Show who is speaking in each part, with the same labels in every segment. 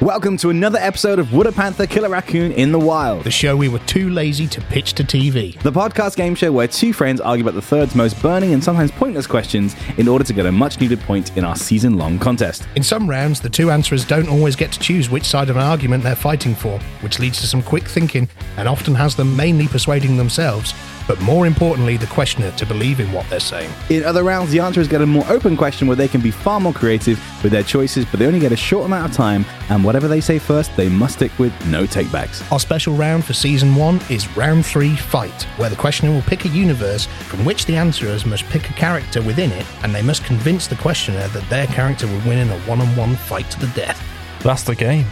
Speaker 1: Welcome to another episode of Would a Panther Kill a Raccoon in the Wild,
Speaker 2: The show we were too lazy to pitch to TV.
Speaker 1: the podcast game show where two friends argue about the third's most burning and sometimes pointless questions in order to get a much needed point in our season long contest.
Speaker 2: In some rounds, the two answerers don't always get to choose which side of an argument they're fighting for, which leads to some quick thinking and often has them mainly persuading themselves, but more importantly, the questioner to believe in what they're saying.
Speaker 1: In other rounds, the answerers get a more open question where they can be far more creative with their choices, but they only get a short amount of time, and whatever they say first, they must stick with no takebacks.
Speaker 2: Our special round for season one is round three fight, where the questioner will pick a universe from which the answerers must pick a character within it, and they must convince the questioner that their character would win in a one on one fight to the death.
Speaker 3: That's the game.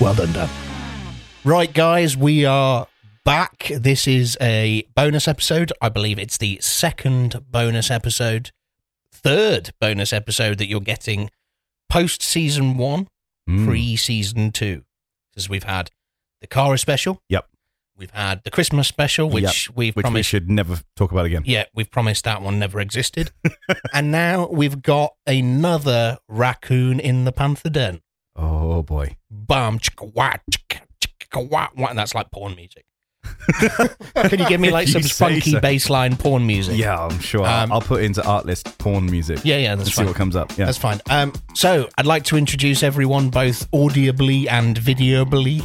Speaker 2: Well done, Dan. Right, guys, we are back. This is a bonus episode. I believe it's the second bonus episode, third bonus episode that you're getting post season one,
Speaker 1: Mm, Hmm.
Speaker 2: pre season two. Because we've had the Kara special.
Speaker 1: Yep.
Speaker 2: We've had the Christmas special, which
Speaker 1: Yep.
Speaker 2: we've
Speaker 1: Which we
Speaker 2: promised.
Speaker 1: should never talk about again.
Speaker 2: yeah, we've promised that one never existed. and now we've got another raccoon in the Panther Den
Speaker 1: Oh boy.
Speaker 2: bum chicka wah chicka chicka wah wah. And that's like porn music. Can you give me like
Speaker 1: If you
Speaker 2: some
Speaker 1: say
Speaker 2: funky
Speaker 1: so.
Speaker 2: baseline porn music?
Speaker 1: Yeah, I'm sure.
Speaker 2: Um,
Speaker 1: I'll put into Artlist porn music.
Speaker 2: yeah, yeah. That's
Speaker 1: and see
Speaker 2: fine.
Speaker 1: what comes up. Yeah.
Speaker 2: That's fine. Um, so I'd like to introduce everyone both audibly and videobly,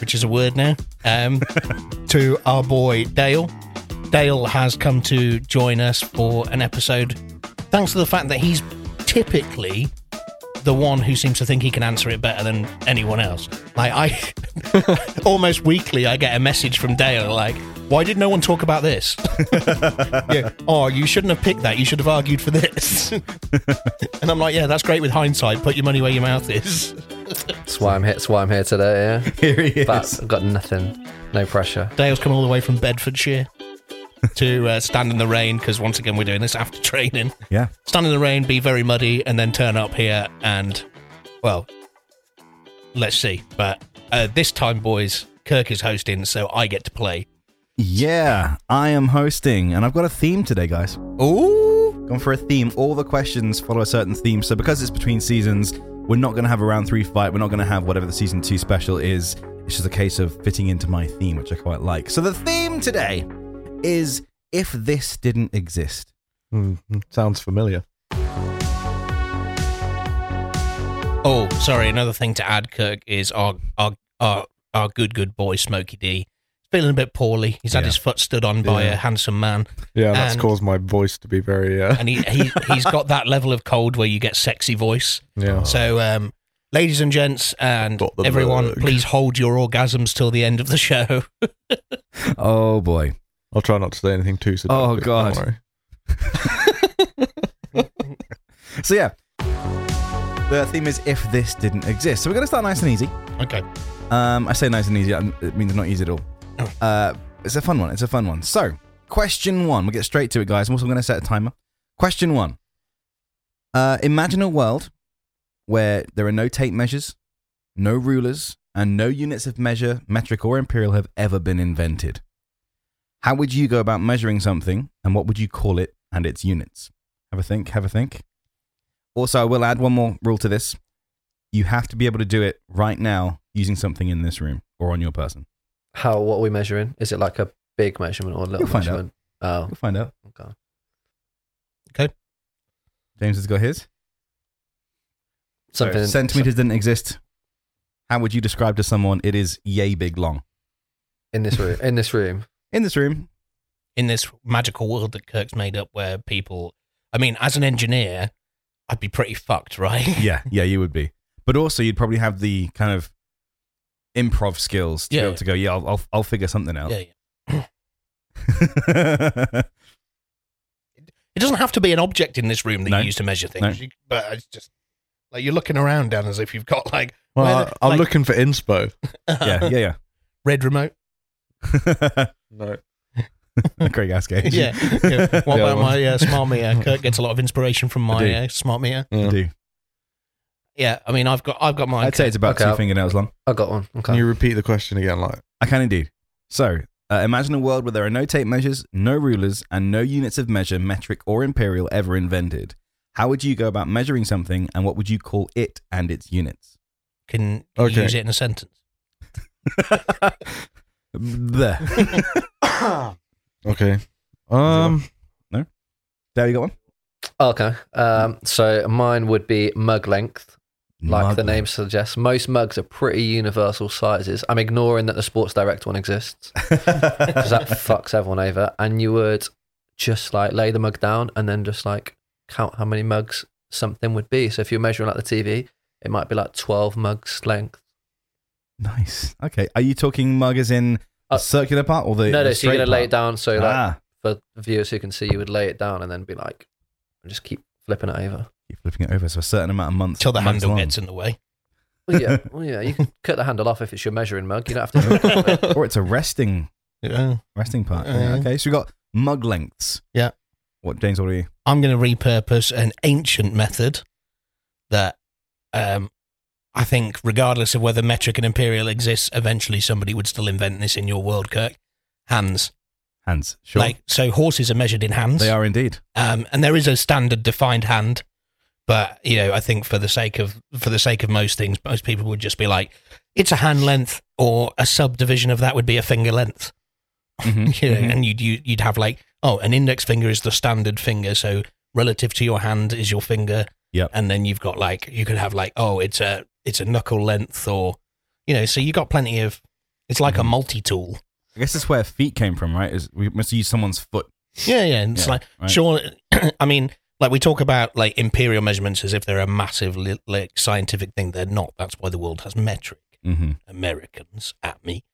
Speaker 2: which is a word now, um, to our boy Dale. Dale has come to join us for an episode thanks to the fact that he's typically the one who seems to think he can answer it better than anyone else. Like I almost weekly I get a message from Dale like, why did no one talk about this? yeah. Oh, you shouldn't have picked that. You should have argued for this. And I'm like, yeah, that's great with hindsight. Put your money where your mouth is.
Speaker 4: That's why I'm here. That's why I'm here today. Yeah,
Speaker 1: Here he is.
Speaker 4: but I've got nothing. No pressure.
Speaker 2: Dale's come all the way from Bedfordshire to uh, stand in the rain because once again we're doing this after training.
Speaker 1: yeah.
Speaker 2: Stand in the rain, be very muddy, and then turn up here and, well, let's see. But uh, this time, boys, Kirk is hosting, so I get to play.
Speaker 1: Yeah, I am hosting, and I've got a theme today, guys.
Speaker 2: Ooh,
Speaker 1: Gone for a theme. All the questions follow a certain theme. So because it's between seasons, we're not going to have a round three fight. We're not going to have whatever the season two special is. It's just a case of fitting into my theme, which I quite like. So the theme today is if this didn't exist.
Speaker 3: Mm-hmm. Sounds familiar.
Speaker 2: Oh, sorry. Another thing to add, Kirk, is our our our, our good good boy Smokey D. Feeling a bit poorly. He's had
Speaker 1: Yeah.
Speaker 2: his foot stood on by
Speaker 3: Yeah.
Speaker 2: a handsome man,
Speaker 3: Yeah, that's
Speaker 2: And-
Speaker 3: caused my voice to be very. Uh,
Speaker 2: and he, he he's got that level of cold where you get sexy voice.
Speaker 3: yeah.
Speaker 2: So, um, ladies and gents, and
Speaker 3: Got the
Speaker 2: everyone,
Speaker 3: bug.
Speaker 2: please hold your orgasms till the end of the show.
Speaker 1: Oh boy.
Speaker 3: I'll try not to say anything too seductive.
Speaker 1: Oh,
Speaker 3: don't
Speaker 1: God.
Speaker 3: worry.
Speaker 1: So yeah. The theme is if this didn't exist. So we're going to start nice and easy.
Speaker 2: Okay.
Speaker 1: Um, I say nice and easy. um, It means not easy at all.
Speaker 2: Oh.
Speaker 1: Uh, it's a fun one. It's a fun one. So, question one. We'll get straight to it, guys. I'm also going to set a timer. Question one. Uh, imagine a world where there are no tape measures, no rulers, and no units of measure, metric or imperial, have ever been invented. How would you go about measuring something, and what would you call it and its units? Have a think. Have a think. Also, I will add one more rule to this you have to be able to do it right now using something in this room or on your person.
Speaker 4: How? What are we measuring? Is it like a big measurement or a little
Speaker 1: You'll find out.
Speaker 4: measurement? Oh,
Speaker 1: We'll find out.
Speaker 4: okay.
Speaker 1: James has got his. So
Speaker 4: Something.
Speaker 1: centimeters didn't exist. How would you describe to someone it is yay big long?
Speaker 4: in this room. In this room.
Speaker 1: In this room,
Speaker 2: In this magical world that Kirk's made up, where people, I mean, as an engineer, I'd be pretty fucked, right?
Speaker 1: yeah, yeah, you would be. But also, you'd probably have the kind of improv skills to
Speaker 2: Yeah,
Speaker 1: be able to go, yeah, I'll, I'll, I'll figure something out.
Speaker 2: yeah, yeah. It doesn't have to be an object in this room that
Speaker 1: No.
Speaker 2: you use to measure things,
Speaker 1: No.
Speaker 2: You- but it's just like you're looking around, Dan, as if you've got like
Speaker 3: Well,
Speaker 2: Where the-
Speaker 3: I, am
Speaker 2: like-
Speaker 3: looking for inspo.
Speaker 1: yeah, yeah,
Speaker 2: red remote.
Speaker 1: yeah.
Speaker 3: No.
Speaker 1: Craig Askey.
Speaker 2: Yeah. Yeah. What
Speaker 3: Yeah,
Speaker 2: about
Speaker 3: well.
Speaker 2: my uh, smart meter? Kirk gets a lot of inspiration from
Speaker 1: I do.
Speaker 2: my uh, smart meter.
Speaker 1: I do.
Speaker 2: Yeah, I mean, I've got, I've got mine.
Speaker 1: I'd say it's about
Speaker 4: Okay,
Speaker 1: two
Speaker 4: I'll-
Speaker 1: fingernails long.
Speaker 4: I got one.
Speaker 3: Can
Speaker 4: Okay.
Speaker 3: you repeat the question again? Like,
Speaker 1: I can indeed. So, uh, imagine a world where there are no tape measures, no rulers, and no units of measure, metric or imperial, ever invented. How would you go about measuring something, and what would you call it and its units?
Speaker 2: can you
Speaker 3: Okay.
Speaker 2: use it in a sentence.
Speaker 1: There.
Speaker 3: Okay. Um.
Speaker 1: There you got one.
Speaker 4: Okay. Um, so mine would be mug length, like
Speaker 1: Mug
Speaker 4: the name
Speaker 1: length.
Speaker 4: suggests. Most mugs are pretty universal sizes. I'm ignoring that the Sports Direct one exists because that fucks everyone over. And you would just like lay the mug down and then just like count how many mugs something would be. So if you're measuring like the TV, it might be like 12 mugs length.
Speaker 1: Nice. Okay. Are you talking mug as in the
Speaker 4: Uh,
Speaker 1: circular part or the the
Speaker 4: no, no. So you're
Speaker 1: straight
Speaker 4: gonna lay
Speaker 1: part?
Speaker 4: it down. So like
Speaker 1: ah,
Speaker 4: for the viewers who can see, you would lay it down and then be like, and just keep flipping it over.
Speaker 1: you're flipping it over. So a certain amount of months
Speaker 2: Till the
Speaker 1: months
Speaker 2: handle
Speaker 1: long.
Speaker 2: gets in the way.
Speaker 4: Well, yeah, well, yeah. You can cut the handle off if it's your measuring mug. You don't have to.
Speaker 1: or it's a resting
Speaker 2: Yeah.
Speaker 1: resting part.
Speaker 2: Yeah.
Speaker 1: Okay. So we got mug lengths.
Speaker 2: Yeah.
Speaker 1: What James? What are you?
Speaker 2: I'm going to repurpose an ancient method that um, I think, regardless of whether metric and imperial exists, eventually somebody would still invent this in your world, Kirk. Hands.
Speaker 1: Hands. Sure.
Speaker 2: Like, so horses are measured in hands.
Speaker 1: they are indeed.
Speaker 2: Um, and there is a standard defined hand, but you know, I think for the sake of for the sake of most things, most people would just be like, it's a hand length, or a subdivision of that would be a finger length.
Speaker 1: Mhm.
Speaker 3: Mm-hmm.
Speaker 2: You know,
Speaker 1: Mhm.
Speaker 2: and you'd you, you'd have like, oh, an index finger is the standard finger, so relative to your hand is your finger.
Speaker 1: Yep.
Speaker 2: And then you've got like you could have like, oh, it's a it's a knuckle length, or you know, so you got plenty of. It's like a
Speaker 1: Mhm.
Speaker 2: multi tool.
Speaker 1: I guess that's where feet came from, right? Is we must use someone's foot.
Speaker 2: Yeah, yeah. And it's
Speaker 1: Yeah,
Speaker 2: like
Speaker 1: right.
Speaker 2: sure. I mean, like we talk about like imperial measurements as if they're a massive li- like scientific thing. They're not. That's why the world has metric.
Speaker 1: Mm-hmm.
Speaker 2: Americans at me.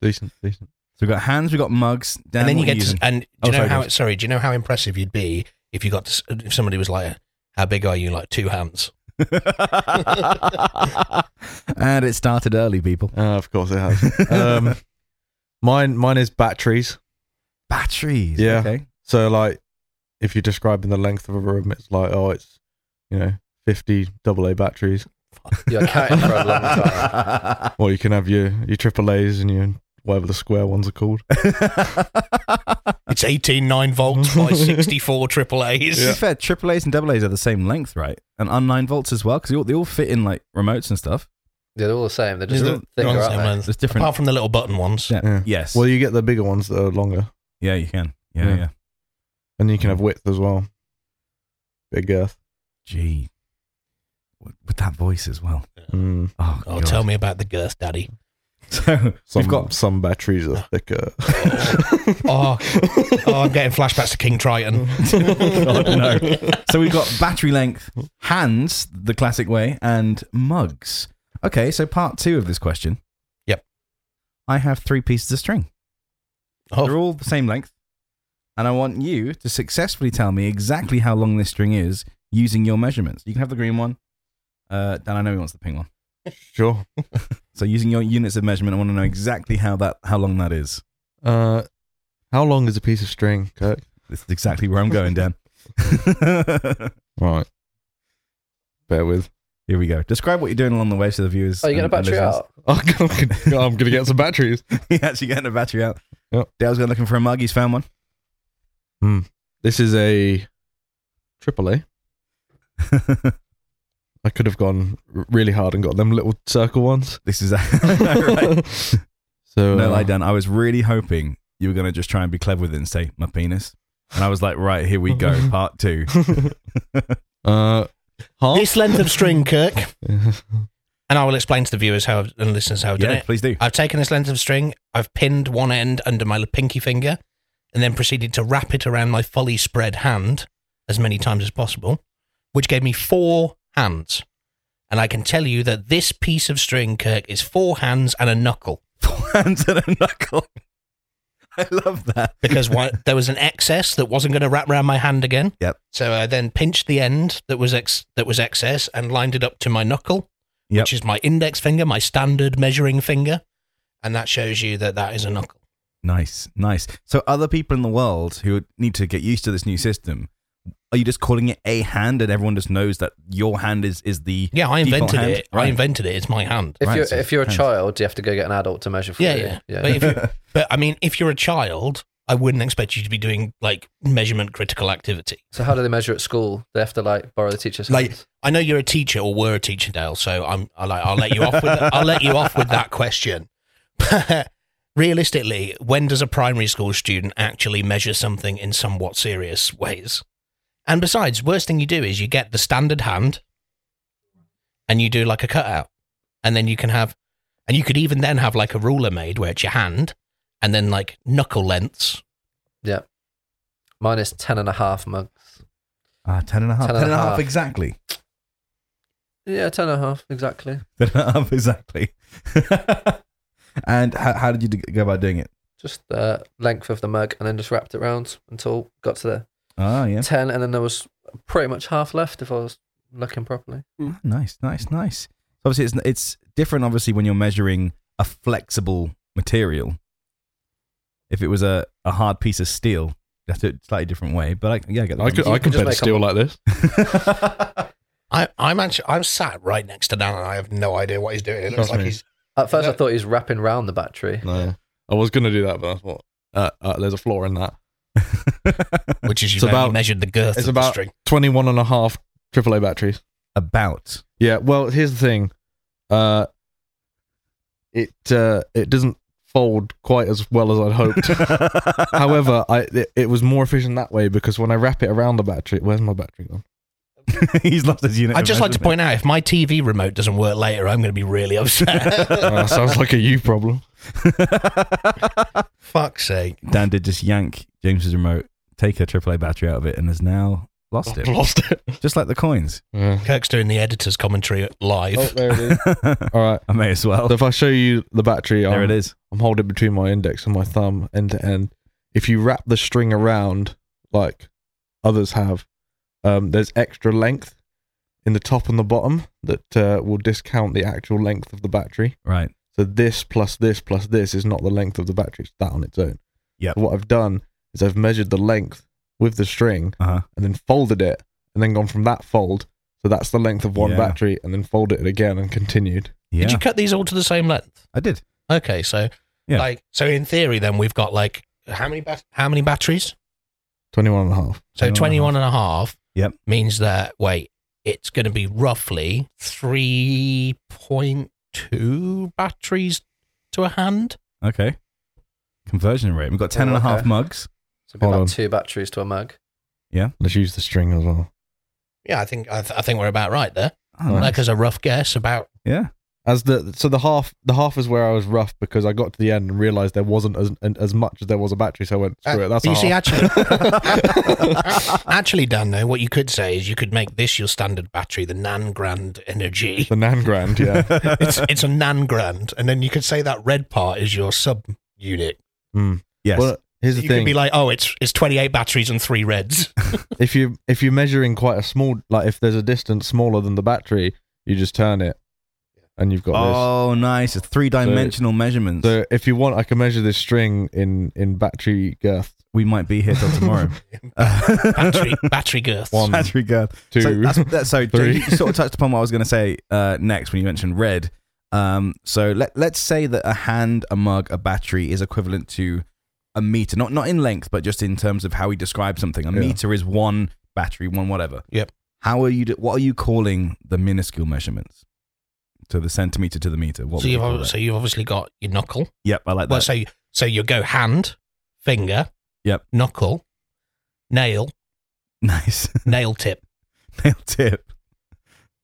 Speaker 3: Decent. Decent.
Speaker 1: So we've got hands. We've got mugs. Dan,
Speaker 2: and then you
Speaker 1: what are
Speaker 2: get to,
Speaker 1: using?
Speaker 2: and do
Speaker 1: Oh,
Speaker 2: you know
Speaker 1: sorry,
Speaker 2: how
Speaker 1: Dave.
Speaker 2: sorry do you know how impressive you'd be if you got to, s- if somebody was like how big are you like two hands
Speaker 1: and it started early, people.
Speaker 3: Uh, of course it has. um. Mine. Mine is batteries.
Speaker 1: Batteries.
Speaker 3: Yeah.
Speaker 1: Okay.
Speaker 3: So like, if you're describing the length of a room, it's like, oh, it's you know, 50 double A batteries.
Speaker 4: You're counting for a long time.
Speaker 2: Ah.
Speaker 3: Or you can have your your triple A's and your whatever the square ones are called.
Speaker 2: it's 18 9 volts by 64 triple
Speaker 1: To
Speaker 2: a's
Speaker 1: be fair, triple A's and double A's are the same length, right? And on nine volts as well, because they all, they all fit in like remotes and stuff.
Speaker 4: They're all the same. They're just
Speaker 2: They're all- they're
Speaker 4: thicker,
Speaker 2: all the
Speaker 4: aren't
Speaker 2: same
Speaker 4: they?
Speaker 2: length.
Speaker 1: There's different.
Speaker 2: apart from the little button ones
Speaker 1: Yeah.
Speaker 3: Yeah.
Speaker 1: yes.
Speaker 3: Well, you get the bigger ones that are longer,
Speaker 1: yeah, you can. Yeah, yeah.
Speaker 3: Yeah. and you can have width as well. Big girth.
Speaker 1: Gee, With- with that voice as well.
Speaker 3: Mm.
Speaker 1: Oh,
Speaker 2: oh
Speaker 1: God.
Speaker 2: tell me about the girth daddy
Speaker 1: So
Speaker 3: Some,
Speaker 1: we've got.
Speaker 3: some batteries are thicker.
Speaker 2: oh, oh i'm getting flashbacks to king triton
Speaker 1: God, no. So we've got battery length, hands, the classic way, and mugs. Okay, so part two of this question.
Speaker 2: Yep.
Speaker 1: I have three pieces of string.
Speaker 2: Oh.
Speaker 1: They're all the same length. And I want you to successfully tell me exactly how long this string is using your measurements. You can have the green one. Uh, Dan, I know he wants the pink one.
Speaker 3: Sure.
Speaker 1: So using your units of measurement, I want to know exactly how that how long that is.
Speaker 3: Uh, how long is a piece of string, Kirk?
Speaker 1: This is exactly where I'm going, Dan.
Speaker 3: Right. Bear with.
Speaker 1: Here we go. Describe what you're doing along the way so the viewers.
Speaker 4: Oh, you're going to
Speaker 1: and- and
Speaker 4: battery
Speaker 1: listeners-
Speaker 4: out?
Speaker 3: I'm gonna I'm gonna get some batteries.
Speaker 1: He actually getting a battery out.
Speaker 3: Yep.
Speaker 1: Dale's going looking for a mug. He's found one.
Speaker 3: This is a triple A. I could have gone r- really hard and got them little circle ones.
Speaker 1: this is a. Right.
Speaker 3: So
Speaker 1: No,
Speaker 3: uh,
Speaker 1: I done. I was really hoping you were going to just try and be clever with it and say, my penis. And I was like, right, here we go. Part two.
Speaker 3: uh, half.
Speaker 2: this length of string kirk and i will explain to the viewers how I've- and listeners how i've done
Speaker 1: yeah,
Speaker 2: it
Speaker 1: please do.
Speaker 2: I've taken this length of string, I've pinned one end under my pinky finger, and then proceeded to wrap it around my fully spread hand as many times as possible, which gave me four hands. And I can tell you that this piece of string, Kirk, is four hands and a knuckle
Speaker 1: Four hands and a knuckle. I love that.
Speaker 2: because why, there was an excess that wasn't going to wrap around my hand again.
Speaker 1: Yep.
Speaker 2: So I then pinched the end that was ex- that was excess and lined it up to my knuckle,
Speaker 1: Yep.
Speaker 2: which is my index finger, my standard measuring finger, and that shows you that that is a knuckle.
Speaker 1: Nice, nice. So, other people in the world who need to get used to this new system, are you just calling it a hand and everyone just knows that your hand is, is the.
Speaker 2: Yeah, I
Speaker 1: default
Speaker 2: invented
Speaker 1: hand?
Speaker 2: it. I
Speaker 1: Right.
Speaker 2: invented it. It's my hand.
Speaker 4: If
Speaker 1: Right,
Speaker 4: you're
Speaker 1: so
Speaker 4: if you're a
Speaker 1: hands.
Speaker 4: child, do you have to go get an adult to measure for
Speaker 2: Yeah,
Speaker 4: you?
Speaker 2: yeah. But, if you, but I mean, if you're a child, I wouldn't expect you to be doing like measurement critical activity.
Speaker 4: So how do they measure at school? They have to like borrow the teacher's
Speaker 2: Like-
Speaker 4: hands.
Speaker 2: I know you're a teacher or were a teacher, Dale. So I'm I like I'll let you off with I'll let you off with that question. Realistically, when does a primary school student actually measure something in somewhat serious ways? And besides, worst thing you do is you get the standard hand, and you do like a cutout, and then you can have, and you could even then have like a ruler made where it's your hand, and then like knuckle lengths,
Speaker 4: Mine is ten and a half mugs.
Speaker 1: Ah, ten and a half. Ten and a half exactly.
Speaker 4: Yeah, ten and a half exactly.
Speaker 1: Ten and a half exactly. and how, how did you d- go about doing it?
Speaker 4: Just the length of the mug, and then just wrapped it round until got to the
Speaker 1: Ah, yeah.
Speaker 4: ten, and then there was pretty much half left if I was looking properly.
Speaker 1: Ah, Nice, nice, nice. Obviously, it's it's different. Obviously, when you're measuring a flexible material, if it was a, a hard piece of steel, that's a slightly different way. But I, yeah, I get the
Speaker 3: I could,
Speaker 1: point.
Speaker 3: I could
Speaker 4: just
Speaker 3: bend
Speaker 4: make
Speaker 3: steel like this.
Speaker 2: I, I'm actually I'm sat right next to Dan and I have no idea what he's doing. It looks
Speaker 3: Trust
Speaker 2: like
Speaker 3: me.
Speaker 2: he's
Speaker 4: At first, I
Speaker 2: Yeah.
Speaker 4: thought he was wrapping round the battery.
Speaker 3: No, I was gonna do that, but I thought uh, uh, there's a flaw in that.
Speaker 2: which is
Speaker 3: It's
Speaker 2: you've only
Speaker 3: about-
Speaker 2: measured the girth
Speaker 3: it's
Speaker 2: of the
Speaker 3: about-
Speaker 2: string.
Speaker 3: 21 and a half AAA batteries.
Speaker 1: about
Speaker 3: Yeah, well, here's the thing. Uh, it uh, it doesn't fold quite as well as I'd hoped. However, I it, it was more efficient that way because when I wrap it around the battery, where's my battery gone?
Speaker 1: he's lost his unit.
Speaker 2: I'd just like to
Speaker 1: point.
Speaker 2: point out if my TV remote doesn't work later, I'm going to be really upset.
Speaker 3: Uh, sounds like a you problem.
Speaker 2: Fuck's sake!
Speaker 1: Dan did just yank James's remote, take a AAA battery out of it, and has now lost it,
Speaker 3: Lost it.
Speaker 1: just like the coins.
Speaker 3: Yeah.
Speaker 2: Kirk's doing the editor's commentary live.
Speaker 3: Oh, there it is.
Speaker 1: I
Speaker 3: All right.
Speaker 1: may as well.
Speaker 3: So if I show you the battery,
Speaker 1: there
Speaker 3: I'm,
Speaker 1: it is.
Speaker 3: I'm holding it between my index and my thumb end to end. If you wrap the string around like others have, um, there's extra length in the top and the bottom that uh, will discount the actual length of the battery.
Speaker 1: Right.
Speaker 3: So this plus this plus this is not the length of the battery; it's that on its own.
Speaker 1: Yep.
Speaker 3: What I've done is I've measured the length with the string
Speaker 1: Uh huh.
Speaker 3: and then folded it, and then gone from that fold. So that's the length of one
Speaker 1: Yeah.
Speaker 3: battery, and then folded it again and continued.
Speaker 1: Yeah.
Speaker 2: Did you cut these all to the same length?
Speaker 1: I did.
Speaker 2: Okay, so
Speaker 1: Yeah.
Speaker 2: like so in theory, then we've got like how many bat- how many batteries?
Speaker 3: 21 and a half.
Speaker 2: So 21 and a half.
Speaker 1: Yep.
Speaker 2: Means that wait, it's going to be roughly 3.2 batteries to a hand.
Speaker 1: Okay. Conversion rate. We've got ten and a half
Speaker 4: Okay.
Speaker 1: mugs.
Speaker 4: So it'd be
Speaker 3: Hold
Speaker 4: about
Speaker 3: on.
Speaker 4: two batteries to a mug.
Speaker 3: Let's use the string as well.
Speaker 2: Yeah, I think I, th- I think we're about right there.
Speaker 1: Oh, nice.
Speaker 2: Like as a rough guess, about
Speaker 1: Yeah.
Speaker 3: As the so the half the half is where I was rough because I got to the end and realized there wasn't as and- as much as there was a battery, so I went screw it. That's
Speaker 2: Uh, you
Speaker 3: a
Speaker 2: see,
Speaker 3: half.
Speaker 2: actually, actually, Dan, though, what you could say is you could make this your standard battery, the nan grand energy.
Speaker 3: the nan grand. Yeah,
Speaker 2: It's it's a nan grand, and then you could say that red part is your sub unit.
Speaker 3: Mm.
Speaker 1: Yes.
Speaker 3: Well, here's the
Speaker 2: You could
Speaker 3: thing:
Speaker 2: be like, oh, it's it's twenty eight batteries and three reds.
Speaker 3: if you if you're measuring quite a small, like if there's a distance smaller than the battery, you just turn it, and you've got
Speaker 1: oh, nice. It's three dimensional measurements.
Speaker 3: this. So if you want, I can measure this string in in battery girth.
Speaker 1: we might be here till tomorrow.
Speaker 2: battery battery girth.
Speaker 3: One,
Speaker 1: Battery girl.
Speaker 3: two.
Speaker 1: So, that's, that's, so
Speaker 3: three.
Speaker 1: Jake, you sort of touched upon what I was going to say uh, next when you mentioned red. Um, so let let's say that a hand, a mug, a battery is equivalent to a meter, not not in length, but just in terms of how we describe something. A
Speaker 3: Yeah.
Speaker 1: meter is one battery, one whatever.
Speaker 2: Yep.
Speaker 1: How are you? d- What are you calling the minuscule measurements? To the centimeter to the meter. What would
Speaker 2: So
Speaker 1: you
Speaker 2: you've
Speaker 1: call
Speaker 2: ob-
Speaker 1: that?
Speaker 2: so you've obviously got your knuckle.
Speaker 1: Yep, I like
Speaker 2: Well,
Speaker 1: that.
Speaker 2: so so you go hand, finger,
Speaker 1: Yep.
Speaker 2: knuckle, nail,
Speaker 1: nice
Speaker 2: nail tip.
Speaker 1: nail tip.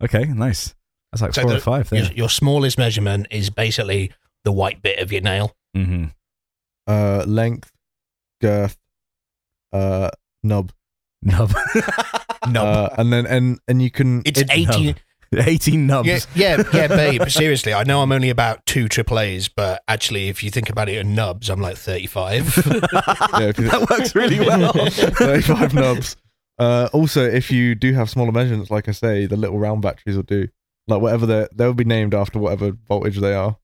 Speaker 1: Okay, nice. That's like
Speaker 2: So
Speaker 1: four or
Speaker 2: the-
Speaker 1: five
Speaker 2: Your,
Speaker 1: there.
Speaker 2: your smallest measurement is basically the white bit of your nail.
Speaker 1: Mm-hmm.
Speaker 3: uh, length, girth, uh, nub,
Speaker 1: Nub. Nub.
Speaker 3: uh, and then and and you can
Speaker 2: It's,
Speaker 1: It's
Speaker 2: 18.
Speaker 1: nubs. 18 nubs.
Speaker 2: Uh, Yeah, yeah, yeah, babe. Seriously, I know I'm only about two AAAs, but actually, if you think about it in nubs, I'm like 35.
Speaker 3: yeah, if you-
Speaker 1: that works really well.
Speaker 3: 35 nubs. Uh, also, if you do have smaller measurements, like I say, the little round batteries will do. Like whatever they are they'll be named after whatever voltage they are.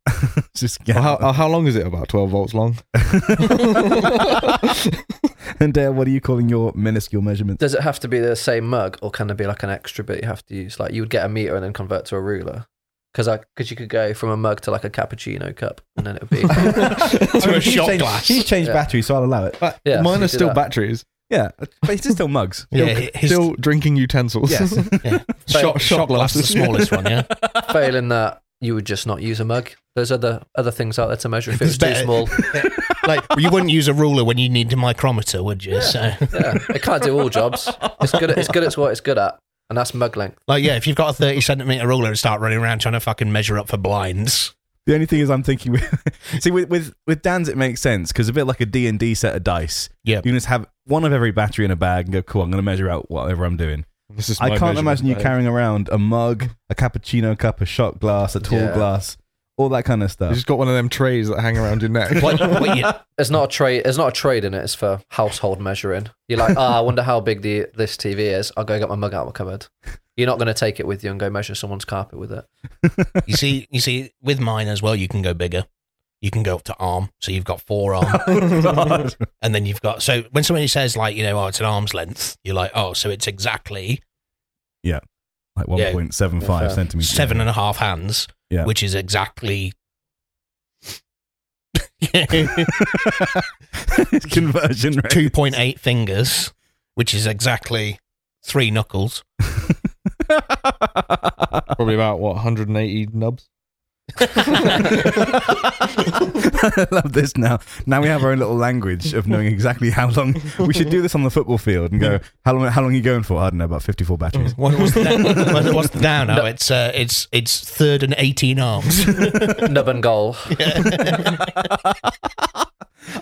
Speaker 1: Just
Speaker 3: Or
Speaker 1: yeah.
Speaker 3: How, or how long is it? About 12 volts long.
Speaker 1: and Dale, what are you calling your minuscule measurements?
Speaker 4: Does it have to be the same mug, or can there be like an extra bit you have to use? Like you would get a meter and then convert to a ruler. because I because you could go from a mug to like a cappuccino cup, and then it would be
Speaker 2: To a
Speaker 1: he's
Speaker 2: shot
Speaker 1: changed,
Speaker 2: glass.
Speaker 1: He's changed
Speaker 4: Yeah.
Speaker 1: batteries, so I'll allow it.
Speaker 3: But
Speaker 4: Yeah,
Speaker 3: mine
Speaker 4: so
Speaker 3: are
Speaker 4: you do
Speaker 3: still
Speaker 4: that.
Speaker 3: batteries.
Speaker 1: Yeah, but it's still mugs.
Speaker 2: Yeah, his
Speaker 3: still drinking utensils.
Speaker 1: Yes.
Speaker 2: shot, shot glass is the smallest one, yeah.
Speaker 4: failing that. You would just not use a mug. There's other other things out there to measure if it
Speaker 2: It's
Speaker 4: was too
Speaker 2: better.
Speaker 4: small.
Speaker 2: Like you wouldn't use a ruler when you need a micrometer, would you? So
Speaker 4: Yeah, it can't do all jobs. It's good. At, it's good at what it's good at, and that's mug length.
Speaker 2: like yeah, if you've got a thirty centimeter ruler and start running around trying to fucking measure up for blinds.
Speaker 1: The only thing is, I'm thinking. With, see, with, with with Dan's, it makes sense because a bit like a D and D set of dice.
Speaker 2: Yeah.
Speaker 1: you can just have one of every battery in a bag and go. Cool, I'm going to measure out whatever I'm doing.
Speaker 3: This is
Speaker 1: I
Speaker 3: my
Speaker 1: can't
Speaker 3: measurement
Speaker 1: imagine you
Speaker 3: bag.
Speaker 1: carrying around a mug, a cappuccino cup, a shot glass, a tall
Speaker 4: Yeah.
Speaker 1: glass, all that kind of
Speaker 3: You
Speaker 1: stuff.
Speaker 3: just got one of them trays that hang around your neck.
Speaker 2: What, what you,
Speaker 4: It's not a trade. It's not a trade in it. It's for household measuring. You're like, ah, I wonder how big the this TV is. I'll go get my mug out of my cupboard. You're not going to take it with you and go measure someone's carpet with it.
Speaker 2: you see, you see, with mine as well, you can go bigger. You can go up to arm, so you've got forearm,
Speaker 1: God.
Speaker 2: and then you've got. So when somebody says like, you know, oh, it's an arm's length, you're like, oh, so it's exactly
Speaker 1: like
Speaker 2: Yeah.
Speaker 1: 1.75
Speaker 4: Yeah.
Speaker 1: centimeters.
Speaker 2: seven and a half hands,
Speaker 1: Yeah.
Speaker 2: which is exactly.
Speaker 1: conversion rate.
Speaker 2: two point eight fingers, which is exactly three knuckles.
Speaker 3: Probably about what 180 nubs.
Speaker 1: I love this now. Now we have our own little language of knowing exactly how long we should do this on the football field and go. How long? How long are you going for? I don't know. About 54 batteries.
Speaker 2: What was the down? What was the down? Oh, it's uh, it's it's third and eighteen arms.
Speaker 4: Nub and goal.
Speaker 2: Mm.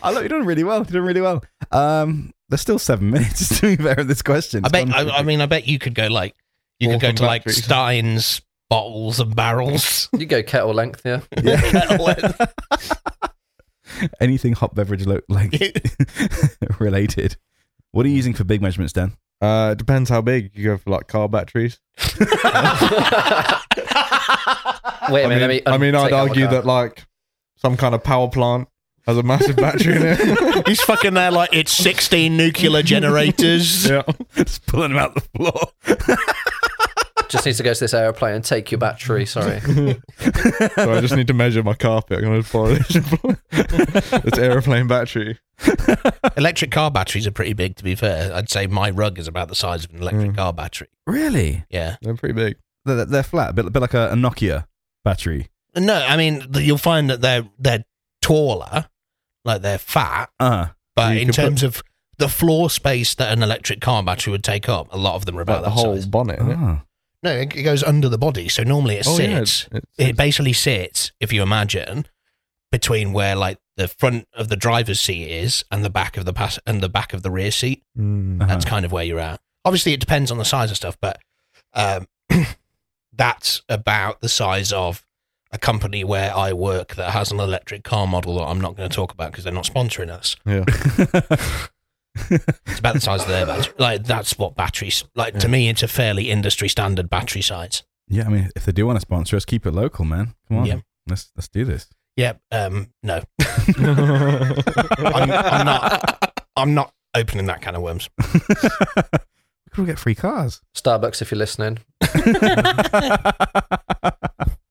Speaker 1: I love you're doing really well. You're doing really well. Um, there's still seven minutes to be fair in this question.
Speaker 2: I
Speaker 1: It's
Speaker 2: bet.
Speaker 1: gone
Speaker 2: I,
Speaker 1: quickly.
Speaker 2: I mean, I bet you could go like you could go
Speaker 3: Orphan
Speaker 2: to like
Speaker 3: factories.
Speaker 2: Stein's bottles and barrels.
Speaker 4: You go kettle length, yeah.
Speaker 1: Yeah. Anything hot beverage lo- like related. What are you using for big measurements, Dan?
Speaker 3: Uh, it depends how big you go for like car batteries.
Speaker 4: Wait a
Speaker 3: I mean,
Speaker 4: minute.
Speaker 3: I mean, I would argue that like some kind of power plant has a massive battery in it.
Speaker 2: He's fucking there like it's sixteen nuclear generators.
Speaker 3: yeah,
Speaker 1: Just pulling them out the floor.
Speaker 4: just needs to go to this aeroplane and take your battery. Sorry.
Speaker 3: so I just need to measure my carpet. I'm gonna borrow this, this aeroplane battery.
Speaker 2: Electric car batteries are pretty big. To be fair, I'd say my rug is about the size of an electric
Speaker 3: Mm.
Speaker 2: car battery.
Speaker 1: Really?
Speaker 2: Yeah.
Speaker 3: They're pretty big.
Speaker 1: They're, they're flat, a bit, a bit like a, a Nokia battery.
Speaker 2: No, I mean th- you'll find that they're they're taller, like they're fat,
Speaker 1: Uh
Speaker 2: but
Speaker 3: You
Speaker 2: in
Speaker 3: could put-
Speaker 2: terms of the floor space that an electric car battery would take up, a lot of them are about
Speaker 3: Like the
Speaker 2: that
Speaker 3: whole
Speaker 2: size.
Speaker 3: bonnet. innit?
Speaker 1: Ah.
Speaker 2: No, it it goes under the body, so normally it
Speaker 3: Oh,
Speaker 2: sits.
Speaker 3: yeah, it's- it's-
Speaker 2: it basically sits, if you imagine, between where like the front of the driver's seat is and the back of the pass and the back of the rear seat.
Speaker 3: Mm.
Speaker 1: Uh-huh.
Speaker 2: That's kind of where you're at. Obviously, it depends on the size of stuff, but um, that's about the size of a company where I work that has an electric car model that I'm not going to talk about because they're not sponsoring us.
Speaker 3: Yeah.
Speaker 2: It's about the size of their battery. Like that's what batteries like to me. It's a fairly industry standard battery size.
Speaker 1: yeah, I mean, if they do want to sponsor us, keep it local, man. Come on.
Speaker 2: Yeah.
Speaker 1: Let's, let's do this.
Speaker 2: Yeah, um, no. I'm, I'm not. I'm not opening that can of worms.
Speaker 1: We'll get free cars.
Speaker 4: Starbucks, if you're listening.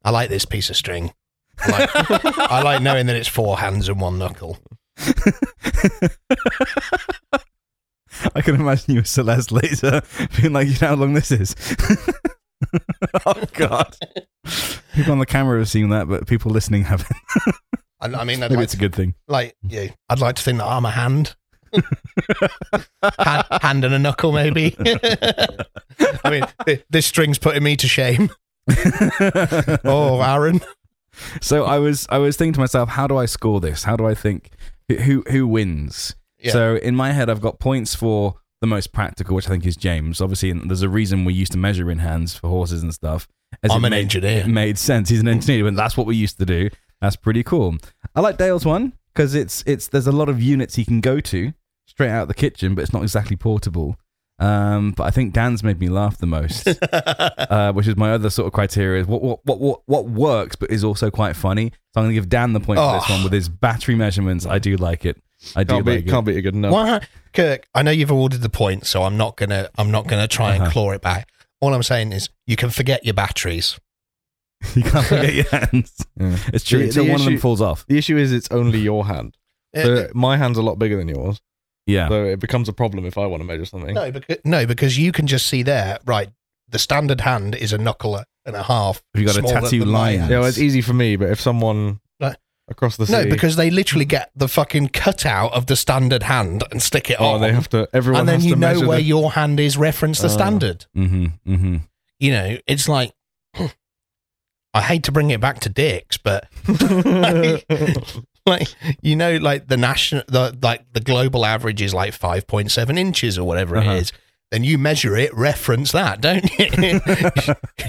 Speaker 2: I like this piece of string. I like, I like knowing that it's four hands and one knuckle.
Speaker 1: I can imagine you with Celeste later being like, you know how long this is? oh, God. people on the camera have seen that, but people listening haven't.
Speaker 2: And I mean, I'd
Speaker 1: Maybe
Speaker 2: like,
Speaker 1: it's a good thing.
Speaker 2: like yeah, I'd like to think that I'm a hand. hand, hand and a knuckle, maybe. I mean, thi- this string's putting me to shame. Oh, Aaron.
Speaker 1: So I was I was thinking to myself, how do I score this? How do I think who who wins?
Speaker 2: Yeah.
Speaker 1: So in my head, I've got points for the most practical, which I think is James. Obviously, and there's a reason we used to measure in hands for horses and stuff. as
Speaker 2: I'm
Speaker 1: it
Speaker 2: an
Speaker 1: made-
Speaker 2: engineer.
Speaker 1: It made sense. He's an engineer, and that's what we used to do. That's pretty cool. I like Dale's one because it's it's there's a lot of units he can go to straight out of the kitchen, but it's not exactly portable. Um, but I think Dan's made me laugh the most uh, which is my other sort of criteria. Is what what what what what works, but is also quite funny. So I'm going to give Dan the point for this
Speaker 2: Oh.
Speaker 1: one with his battery measurements. I do like it. I do
Speaker 3: Can't
Speaker 1: like
Speaker 3: beat, can't beat a good nub.
Speaker 2: Why, Kirk? I know you've awarded the point, so I'm not
Speaker 1: Uh-huh.
Speaker 2: gonna I'm not gonna try and claw it back. All I'm saying is you can forget your batteries.
Speaker 1: You can't forget your hands.
Speaker 3: Yeah.
Speaker 1: It's true.
Speaker 3: The-
Speaker 1: until
Speaker 3: the
Speaker 1: one of them
Speaker 3: issue-
Speaker 1: falls off.
Speaker 3: The issue is it's only your hand.
Speaker 2: Uh,
Speaker 3: So my hand's a lot bigger than yours,
Speaker 1: Yeah.
Speaker 3: so it becomes a problem if I want to measure something.
Speaker 2: no, because, no, because you can just see there, right, the standard hand is a knuckle and a half.
Speaker 1: Have you got a
Speaker 2: smaller
Speaker 1: tattoo
Speaker 2: than my
Speaker 1: line?
Speaker 2: hand.
Speaker 3: Yeah, well, it's e- easy for me, but if someone
Speaker 2: Like-
Speaker 3: across the
Speaker 2: No,
Speaker 3: sea,
Speaker 2: because they literally get the fucking cutout of the standard hand and stick it
Speaker 3: oh,
Speaker 2: on.
Speaker 3: they have to. Everyone
Speaker 2: and then
Speaker 3: has
Speaker 2: you
Speaker 3: to
Speaker 2: know
Speaker 3: measure
Speaker 2: where
Speaker 3: the-
Speaker 2: your hand is reference the
Speaker 3: Oh.
Speaker 2: standard.
Speaker 1: Mm-hmm. Mm-hmm.
Speaker 2: You know, it's like I hate to bring it back to dicks, but like you know, like the national, the like the global average is like five point seven inches or whatever it
Speaker 1: Uh-huh.
Speaker 2: is. Then you measure it, reference that, don't you?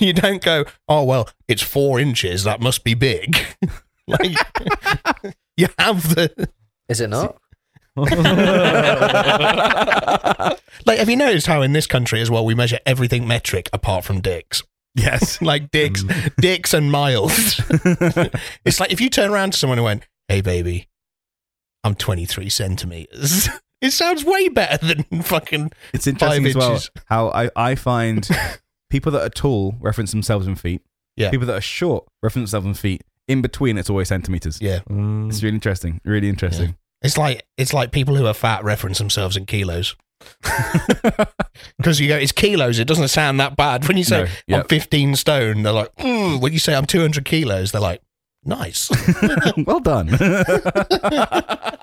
Speaker 2: you don't go, oh well, it's four inches. That must be big. like you have the
Speaker 4: Is it not?
Speaker 2: like. Have you noticed how in this country as well we measure everything metric apart from dicks?
Speaker 1: Yes.
Speaker 2: Like dicks, dicks and miles. It's like if you turn around to someone and went, "Hey, baby, I'm 23 centimeters." It sounds way better than fucking.
Speaker 1: it's interesting as well
Speaker 2: inches.
Speaker 1: how I, I find people that are tall reference themselves in feet.
Speaker 2: Yeah.
Speaker 1: People that are short reference themselves in feet. In between, it's always centimeters.
Speaker 2: Yeah.
Speaker 3: Mm.
Speaker 1: It's really interesting. Really interesting.
Speaker 2: It's like it's like people who are fat reference themselves in kilos. Because you go, it's kilos. It doesn't sound that bad when you say
Speaker 1: No, yeah.
Speaker 2: I'm 15 stone. They're like, mm. when you say I'm 200 kilos, they're like, nice.
Speaker 1: well done.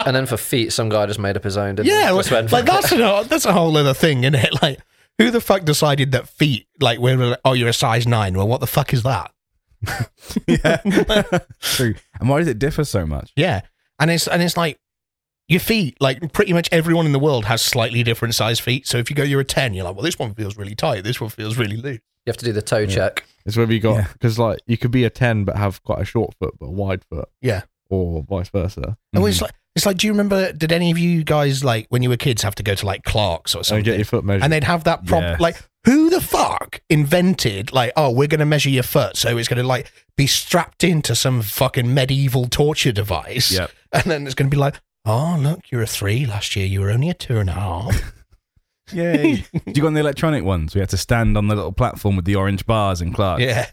Speaker 4: And then for feet, some guy just made up his own. Didn't
Speaker 2: yeah,
Speaker 4: he?
Speaker 2: like,
Speaker 4: Just went,
Speaker 2: like, that's a that's a whole other thing, isn't it? Like, who the fuck decided that feet? Like, we're like, oh, you're a size nine. Well, what the fuck is that?
Speaker 1: yeah. True. And why does it differ so much?
Speaker 2: Yeah, and it's and it's like your feet. Like pretty much everyone in the world has slightly different size feet. So if you go, you're a ten. You're like, well, this one feels really tight. This one feels really loose.
Speaker 4: You have to do the toe
Speaker 3: Yeah.
Speaker 4: check.
Speaker 3: It's whether you got
Speaker 1: Yeah.
Speaker 3: because like you could be a ten but have quite a short foot but a wide foot.
Speaker 2: Yeah.
Speaker 3: Or vice versa.
Speaker 2: And
Speaker 4: Mm.
Speaker 2: it's like it's like, do you remember? Did any of you guys like when you were kids have to go to like Clark's
Speaker 4: Oh,
Speaker 2: or
Speaker 3: So you
Speaker 2: something?
Speaker 3: get your foot measured.
Speaker 2: and they'd have that prop
Speaker 1: Yes.
Speaker 2: like who the fuck invented like oh we're going to measure your foot so it's going to like be strapped into some fucking medieval torture device
Speaker 1: Yep.
Speaker 2: and then it's going to be like oh look you're a three last year you were only a two and a half
Speaker 1: Yay. Do you go on the electronic ones? We had to stand on the little platform with the orange bars in Clark.
Speaker 2: yeah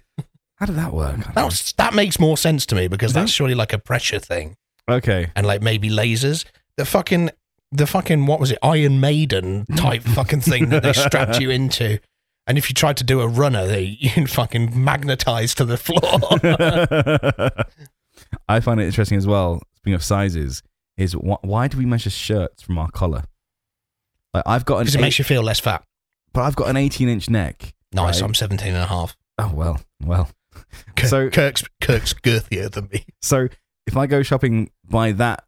Speaker 1: How did that work?
Speaker 2: that, was, that makes more sense to me because
Speaker 1: Does it?
Speaker 2: that's surely like a pressure thing
Speaker 1: okay.
Speaker 2: and like maybe lasers the fucking the fucking what was it iron maiden type fucking thing that they strapped you into and if you tried to do a runner they you fucking magnetized to the floor
Speaker 1: I find it interesting as well. Speaking of sizes, is wh- why do we measure shirts from our collar? Like I've got
Speaker 2: because
Speaker 1: an,
Speaker 2: it
Speaker 1: eight,
Speaker 2: makes you feel less fat.
Speaker 1: but I've got an eighteen-inch neck.
Speaker 2: Nice,
Speaker 1: Right.
Speaker 2: I'm 17 and a half.
Speaker 1: Oh well, well.
Speaker 2: Kirk,
Speaker 1: So-
Speaker 2: Kirk's Kirk's girthier than me.
Speaker 1: So if I go shopping by that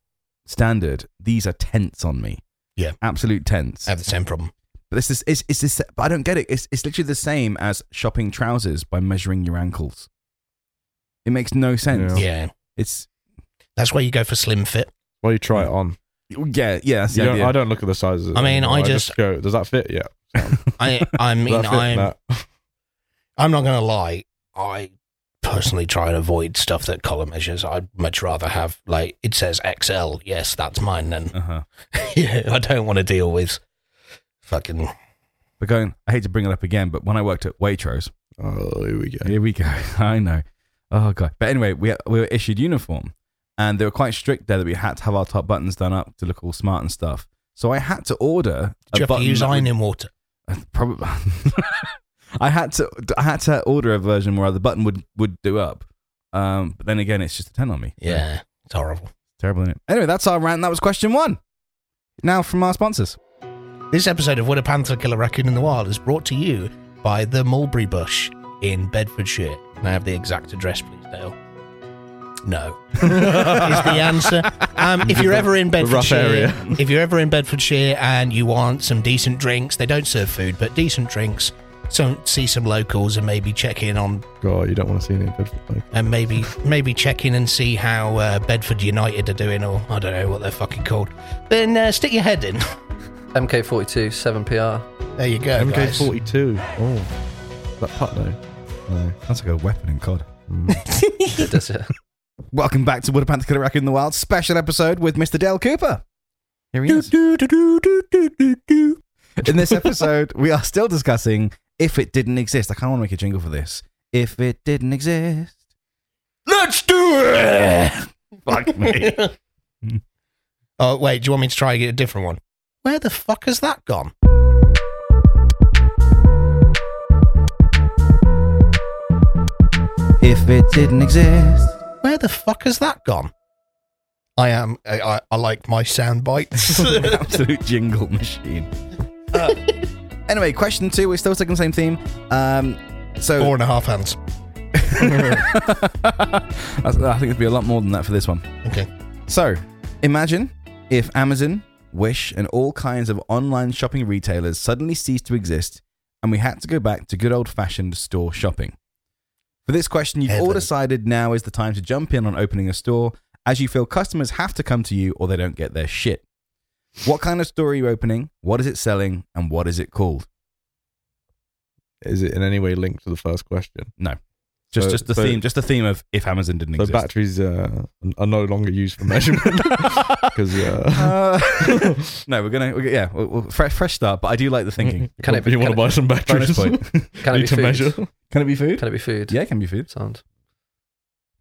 Speaker 1: standard, these are tents on me.
Speaker 2: Yeah.
Speaker 1: absolute tents.
Speaker 2: I have the same problem.
Speaker 1: but this is it's, it's this. But I don't get it. It's it's literally the same as shopping trousers by measuring your ankles. It makes no sense.
Speaker 3: Yeah.
Speaker 2: Yeah,
Speaker 1: It's
Speaker 2: that's where you go for slim fit.
Speaker 3: well, you try it on.
Speaker 1: yeah, yeah. That's the
Speaker 3: You don't,
Speaker 1: idea.
Speaker 3: I don't look at the sizes.
Speaker 2: I mean,
Speaker 3: anymore.
Speaker 2: I
Speaker 3: just,
Speaker 2: just-
Speaker 3: go. Does that fit? Yeah.
Speaker 2: I I
Speaker 3: Does
Speaker 2: mean
Speaker 3: that fit?
Speaker 2: I'm
Speaker 3: That-
Speaker 2: I'm not gonna lie. I personally try and avoid stuff that collar measures. I'd much rather have like it says XL. Yes, that's mine. Then
Speaker 1: uh-huh.
Speaker 2: yeah, I don't want to deal with fucking.
Speaker 1: But going, I hate to bring it up again, but when I worked at Waitrose,
Speaker 3: Oh, here we go.
Speaker 1: here we go. I know. Oh god. But anyway, we we were issued uniform, and they were quite strict there that we had to have our top buttons done up to look all smart and stuff. So I had to order.
Speaker 2: Do
Speaker 1: a
Speaker 2: you have to
Speaker 1: button
Speaker 2: use
Speaker 1: that would-
Speaker 2: ironing water?
Speaker 1: Probably. I had to. I had to order a version where the button would would do up. Um, but then again, it's just a ten on me.
Speaker 2: Yeah, it's horrible.
Speaker 1: Terrible, is it? Anyway, that's our rant. That was question one. Now from our sponsors.
Speaker 2: This episode of Would a Panther Kill a Raccoon in the Wild is brought to you by the Mulberry Bush in Bedfordshire. Can I have the exact address, please, Dale? No, is the answer. Um, if you're ever in
Speaker 3: rough
Speaker 2: Bedfordshire,
Speaker 3: area.
Speaker 2: if you're ever in Bedfordshire and you want some decent drinks, they don't serve food, but decent drinks. So see some locals and maybe check in on
Speaker 3: God, you don't want to see any Bedford bloke.
Speaker 2: and maybe maybe check in and see how uh, Bedford United are doing, or I don't know what they're fucking called. Then uh, stick your head in.
Speaker 4: MK42 7PR.
Speaker 2: There you go, guys.
Speaker 3: MK42. Oh, Is that putt though. No.
Speaker 1: That's like a weapon in COD.
Speaker 4: It does it.
Speaker 1: Welcome back to Would a Panther Killer Raccoon in the Wild special episode with Mr. Dale Cooper. Here he is. In this episode, we are still discussing if it didn't exist. I kind of want to make a jingle for this. If it didn't exist. Let's do it! Fuck me.
Speaker 2: Oh, wait, do you want me to try and get a different one? Where the fuck has that gone?
Speaker 1: If it didn't exist.
Speaker 2: Where the fuck has that gone? I am. I, I, I like my sound bites.
Speaker 1: Absolute jingle machine. Uh, anyway, question two. We're still taking the same theme. Um, so
Speaker 2: Four and a half hands.
Speaker 1: That's- I think it'd be a lot more than that for this one.
Speaker 2: Okay.
Speaker 1: So, imagine if Amazon, Wish, and all kinds of online shopping retailers suddenly ceased to exist and we had to go back to good old fashioned store shopping. For this question, you've all
Speaker 2: Heaven.
Speaker 1: decided now is the time to jump in on opening a store as you feel customers have to come to you or they don't get their shit. What kind of store are you opening? What is it selling? And what is it called?
Speaker 3: Is it in any way linked to the first question?
Speaker 1: Just,
Speaker 3: So-
Speaker 1: just the
Speaker 3: so-
Speaker 1: theme, just the theme of if Amazon didn't
Speaker 3: So
Speaker 1: exist.
Speaker 3: batteries uh, are no longer used for measurement because uh,
Speaker 1: Uh, no, we're gonna, we're gonna yeah, we'll, we'll, fresh, fresh start. But I do like the thinking.
Speaker 4: Can it be-
Speaker 3: you want
Speaker 4: can
Speaker 3: to buy some
Speaker 1: Bonus
Speaker 3: batteries?
Speaker 1: point.
Speaker 4: Can it be
Speaker 3: Need to
Speaker 4: food?
Speaker 3: measure.
Speaker 1: Can it be food?
Speaker 4: Can it be food?
Speaker 1: yeah, it can be food.
Speaker 4: Sound.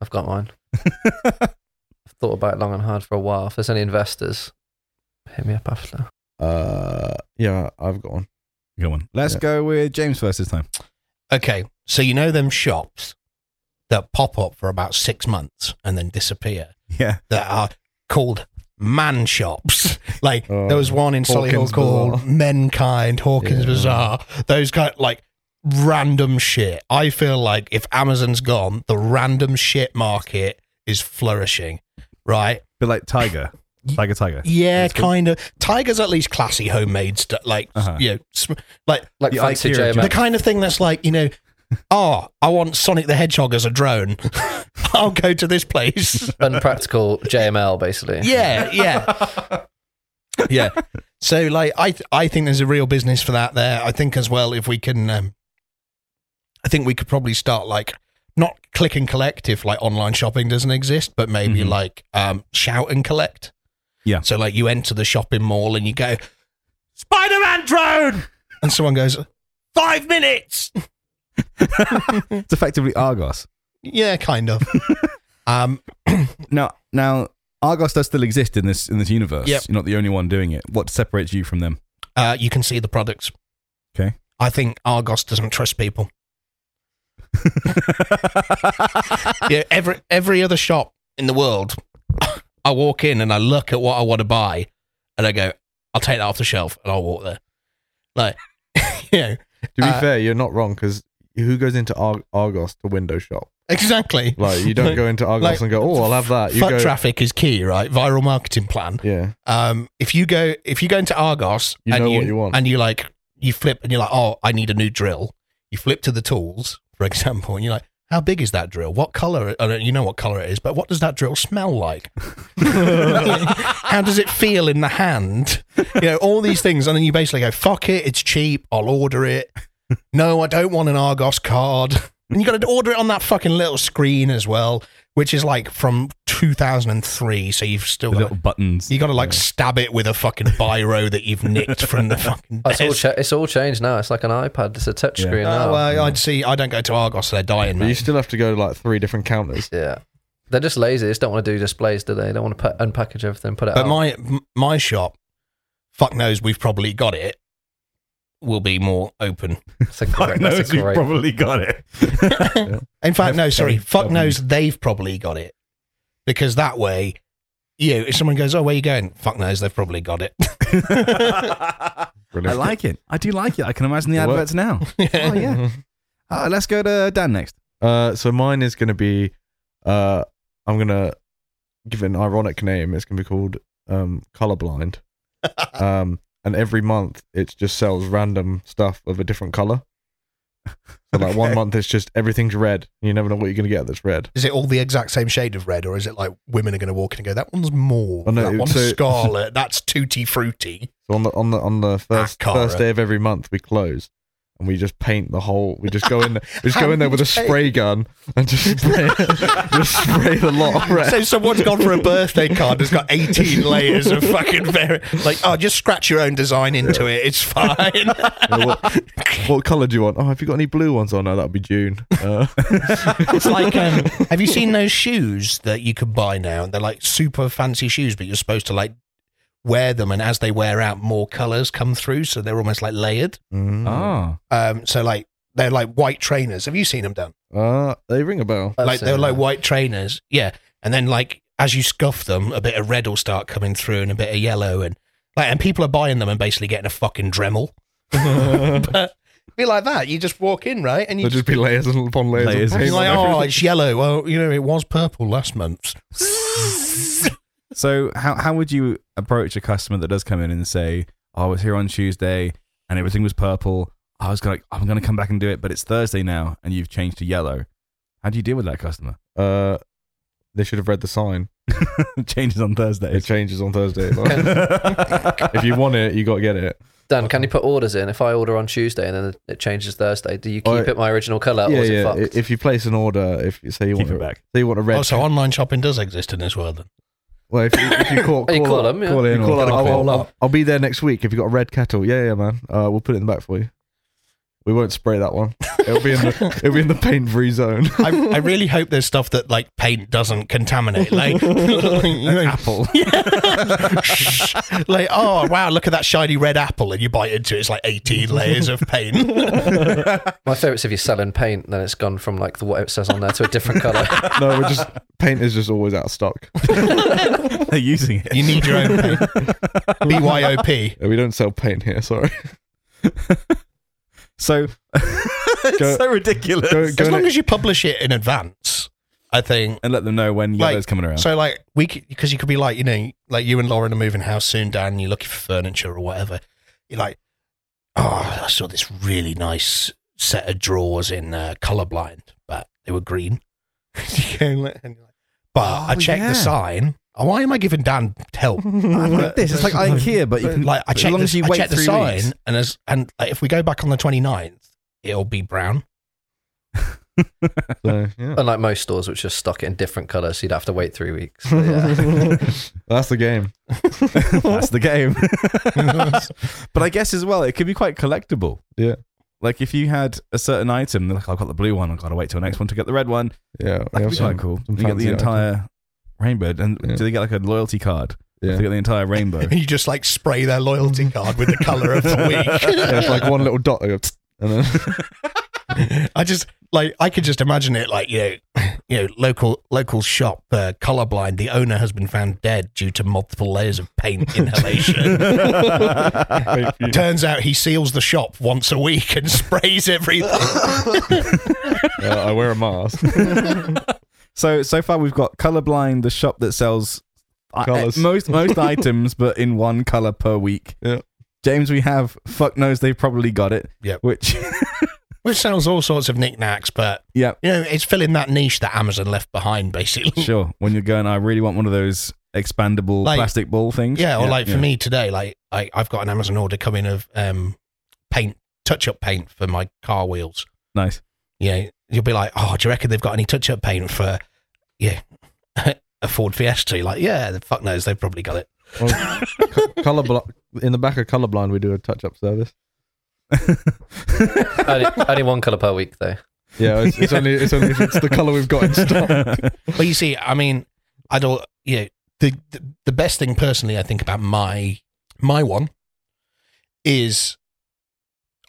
Speaker 4: I've got mine. I've thought about it long and hard for a while. If there's any investors, hit me up after.
Speaker 3: Uh, yeah, I've got one.
Speaker 1: Go on. Let's
Speaker 3: Yeah.
Speaker 1: go with James first this time.
Speaker 2: Okay, so you know them shops that pop up for about six months and then disappear
Speaker 1: Yeah.
Speaker 2: that are called man shops. like
Speaker 3: Oh,
Speaker 2: there was one in Solihull
Speaker 3: Hawkins
Speaker 2: called
Speaker 3: Bazaar.
Speaker 2: Menkind, Hawkins
Speaker 3: Yeah.
Speaker 2: Bazaar. Those kind of like random shit. I feel like if Amazon's gone, the random shit market is flourishing. Right?
Speaker 1: But like tiger, tiger, tiger.
Speaker 2: Yeah,
Speaker 1: That's cool.
Speaker 2: kind of. Tiger's at least classy homemade stuff. Like
Speaker 1: Uh-huh.
Speaker 2: you know, sm- like
Speaker 4: Like
Speaker 1: The
Speaker 4: fancy
Speaker 1: Ikea
Speaker 4: J
Speaker 1: Yeah.
Speaker 2: the kind of thing that's like you know oh i want sonic the hedgehog as a drone i'll go to this place
Speaker 4: unpractical JML basically.
Speaker 2: yeah yeah yeah so like i th- i think there's a real business for that there i think as well if we can um i think we could probably start like not click and collect if like online shopping doesn't exist but maybe
Speaker 1: Mhm.
Speaker 2: like um shout and collect
Speaker 1: Yeah.
Speaker 2: so like you enter the shopping mall and you go spider-man drone and someone goes five minutes
Speaker 1: It's effectively Argos.
Speaker 2: Yeah, kind of. um,
Speaker 1: Now, now Argos does still exist in this in this universe.
Speaker 2: Yep.
Speaker 1: You're not the only one doing it. What separates you from them?
Speaker 2: uh, you can see the products.
Speaker 1: Okay.
Speaker 2: I think Argos doesn't trust people. yeah, every every other shop in the world, I walk in and I look at what I want to buy, and I go, "I'll take that off the shelf," and I'll walk there. Like, you know,
Speaker 3: To be
Speaker 2: Uh,
Speaker 3: fair, you're not wrong because who goes into Ar- Argos to window shop?
Speaker 2: exactly.
Speaker 3: Like you don't go into Argos
Speaker 2: like,
Speaker 3: and go, oh, I'll have that. You
Speaker 2: Foot
Speaker 3: go,
Speaker 2: traffic is key, right? Viral marketing plan.
Speaker 3: yeah,
Speaker 2: Um, if you go if you go into Argos
Speaker 3: You
Speaker 2: and
Speaker 3: know
Speaker 2: you
Speaker 3: what you want.
Speaker 2: and you like you flip and you're like, oh, I need a new drill. You flip to the tools, for example, and you're like, how big is that drill? What color? I don't, you know what color it is, but what does that drill smell like? how does it feel in the hand? You know, all these things, and then you basically go, fuck it, it's cheap. I'll order it. No, I don't want an Argos card. And you got to order it on that fucking little screen as well, which is like from 2003. So you've still
Speaker 1: The
Speaker 2: got
Speaker 1: little buttons.
Speaker 2: you got to like stab it with a fucking biro that you've nicked from the fucking.
Speaker 4: Oh, it's, all
Speaker 2: desk.
Speaker 4: cha- it's all changed now. It's like an iPad. It's a touch
Speaker 1: Yeah.
Speaker 4: screen now.
Speaker 2: Oh, well, I'd see. I don't go to Argos. They're dying.
Speaker 3: but you
Speaker 2: Mate.
Speaker 3: still have to go to like three different counters.
Speaker 4: yeah. They're just lazy. They just don't want to do displays, do they? They want to pa- unpackage everything, put it
Speaker 2: But
Speaker 4: out.
Speaker 2: my m- my shop, fuck knows we've probably got it. Will be more open.
Speaker 4: That's a great, that's a great
Speaker 1: probably got it.
Speaker 2: In fact, no, sorry.
Speaker 3: Okay.
Speaker 2: Fuck knows they've probably got it because that way, you know, if someone goes, "Oh, where you going?" Fuck knows they've probably got it.
Speaker 1: I
Speaker 3: Brilliant.
Speaker 1: like it. I do like it. I can imagine the
Speaker 3: It
Speaker 1: adverts now. Oh yeah. Uh, let's go to Dan next.
Speaker 3: Uh, so mine is going to be, uh, I'm going to give it an ironic name. It's going to be called um, Colorblind. um, and every month it just sells random stuff of a different color. So like one
Speaker 1: Okay.
Speaker 3: month it's just everything's red. You never know what you're going to get that's red.
Speaker 2: Is it all the exact same shade of red, or is it like women are going to walk in and go, "That one's more,
Speaker 3: Oh, no,
Speaker 2: that one's
Speaker 3: so-
Speaker 2: scarlet, that's tutti frutti"?
Speaker 3: So on the on the on the first
Speaker 2: Akara.
Speaker 1: eh?
Speaker 3: first day of every month we close, and we just paint the whole. We just go in there. We just go in there with a spray gun and just spray, just spray the lot. Red.
Speaker 2: So someone's gone for a birthday card that's got 18 layers of fucking very like oh just scratch your own design into it it's fine.
Speaker 3: You know, what, what color do you want? Oh, have you got any blue ones? Oh no, that'll be June. Uh,
Speaker 2: It's like um, have you seen those shoes that you can buy now and they're like super fancy shoes but you're supposed to like wear them and as they wear out more colors come through so they're almost like layered.
Speaker 3: mm.
Speaker 1: Ah,
Speaker 2: Um so like they're like white trainers. Have you seen them Dan?
Speaker 3: Uh, they ring a bell.
Speaker 4: I've
Speaker 2: like they were
Speaker 4: seen
Speaker 2: like
Speaker 4: that.
Speaker 2: white trainers, yeah. And then like as you scuff them, a bit of red will start coming through and a bit of yellow, and like and people are buying them and basically getting a fucking Dremel. but be like that, you just walk in right, and you
Speaker 3: There'll just be layers upon layers.
Speaker 1: Layers.
Speaker 3: Of
Speaker 2: you're
Speaker 3: paint
Speaker 2: like,
Speaker 3: on
Speaker 2: oh,
Speaker 3: everything.
Speaker 2: it's yellow. Well, you know, it was purple last month.
Speaker 1: so how how would you approach a customer that does come in and say, "Oh, "I was here on Tuesday and everything was purple. I was gonna I'm gonna come back and do it, but it's Thursday now and you've changed to yellow." How do you deal with that customer?
Speaker 3: Uh, they should have read the sign.
Speaker 1: Changes on
Speaker 3: It
Speaker 1: Thursdays.
Speaker 3: changes on Thursday. Like, if you want it, you got to get it.
Speaker 4: Dan, can you put orders in? If I order on Tuesday and then it changes Thursday, do you keep
Speaker 3: Oh,
Speaker 4: it my original colour
Speaker 3: yeah,
Speaker 4: or is it
Speaker 3: yeah.
Speaker 4: fucked?
Speaker 3: i- If you place an order, if you say you
Speaker 1: Keep
Speaker 3: want
Speaker 1: it
Speaker 3: a-
Speaker 1: back.
Speaker 3: say you want a red,
Speaker 2: Oh, so online shopping does exist in this world. Then.
Speaker 3: well, if you, if you call,
Speaker 4: Oh, you
Speaker 3: call
Speaker 4: call
Speaker 3: up-
Speaker 4: them, yeah.
Speaker 3: call in,
Speaker 1: You
Speaker 3: or-
Speaker 1: call them,
Speaker 3: I'll,
Speaker 1: call
Speaker 3: I'll-
Speaker 1: them.
Speaker 3: I'll- I'll be there next week. If you got a red kettle, yeah, yeah, man, uh, we'll put it in the back for you. We won't spray that one. It'll be in the it'll be in the paint free zone.
Speaker 2: I, I really hope there's stuff that like paint doesn't contaminate, like, apple. like, oh wow, look at that shiny red apple, and you bite into it, it's like 18 layers of paint.
Speaker 4: My favourite's if you're selling paint, then it's gone from like the, what it says on there to a different colour.
Speaker 3: no, we're just paint is just always out of stock.
Speaker 1: They're using it.
Speaker 2: You need your own paint. BYOP.
Speaker 3: We don't sell paint here. Sorry.
Speaker 1: So it's
Speaker 3: Go-
Speaker 1: so ridiculous.
Speaker 3: Go, go
Speaker 2: As long
Speaker 3: ne-
Speaker 2: as you publish it in advance, I think.
Speaker 1: and let them know when
Speaker 2: Like,
Speaker 1: yellow's coming around.
Speaker 2: So like we because you could be like you know like you and Lauren are moving house soon, Dan. You're looking for furniture or whatever. You're like, oh, I saw this really nice set of drawers in uh, colorblind, but they were green. You go like- and you're like, but I
Speaker 1: Oh,
Speaker 2: checked
Speaker 1: yeah.
Speaker 2: the sign. Oh, Why am I giving Dan help?
Speaker 1: I like this. It's like IKEA, but you can
Speaker 2: like I
Speaker 1: as
Speaker 2: checked
Speaker 1: long
Speaker 2: the,
Speaker 1: as you
Speaker 2: I
Speaker 1: wait
Speaker 2: checked the
Speaker 1: three
Speaker 2: sign,
Speaker 1: weeks.
Speaker 2: and as and like, if we go back on the 29th, it'll be brown.
Speaker 3: So, yeah.
Speaker 4: Unlike most stores, which just stock it in different colours, so you'd have to wait three weeks. But yeah.
Speaker 3: That's the game.
Speaker 1: That's the game. but I guess as well, it could be quite collectible.
Speaker 3: Yeah.
Speaker 1: Like if you had a certain item, like I've got the blue one, I've got to wait till next one to get the red one. That
Speaker 3: Yeah, we
Speaker 1: could
Speaker 3: have
Speaker 1: be
Speaker 3: some-
Speaker 1: quite cool.
Speaker 3: some
Speaker 1: You get the
Speaker 3: fancy
Speaker 1: entire rainbow, and
Speaker 3: Yeah.
Speaker 1: do they get like a loyalty card?
Speaker 3: Yeah.
Speaker 1: They get the entire rainbow.
Speaker 2: you just like spray their loyalty card with the color of the
Speaker 3: Yeah, it's like one little dot, that goes and then
Speaker 2: week. I just like I could just imagine it like you know, you know local local shop uh, colorblind. The owner has been found dead due to multiple layers of paint inhalation.
Speaker 3: Uh,
Speaker 2: Turns out he seals the shop once a week and sprays everything.
Speaker 3: Yeah, uh, I wear a mask.
Speaker 1: So so far we've got colorblind, the shop that sells I-
Speaker 3: Colours.
Speaker 1: most most items, but in one color per week.
Speaker 3: Yeah.
Speaker 1: James, we have fuck knows they've probably got it.
Speaker 2: Yep.
Speaker 1: Which
Speaker 2: Which sells all sorts of knickknacks, but
Speaker 1: yeah,
Speaker 2: you know it's filling that niche that Amazon left behind, basically.
Speaker 1: sure. When you're going, I really want one of those expandable
Speaker 2: Like-
Speaker 1: plastic ball things.
Speaker 2: Yeah, or like for
Speaker 1: yeah.
Speaker 2: me today, like I, I've got an Amazon order coming of um, paint, touch-up paint for my car wheels.
Speaker 1: Nice.
Speaker 2: Yeah, you'll be like, oh, do you reckon they've got any touch-up paint for, yeah, a Ford Fiesta? You're Like, yeah, the fuck knows, they've probably got it.
Speaker 3: Well, co- color blo- in the back of colorblind, we do a touch-up service.
Speaker 4: only, only one colour per week, though.
Speaker 3: Yeah, it's, it's only it's only if it's the color we've got in stock.
Speaker 2: But you see, I mean, I don't. You know, the, the the best thing personally, I think about my my one is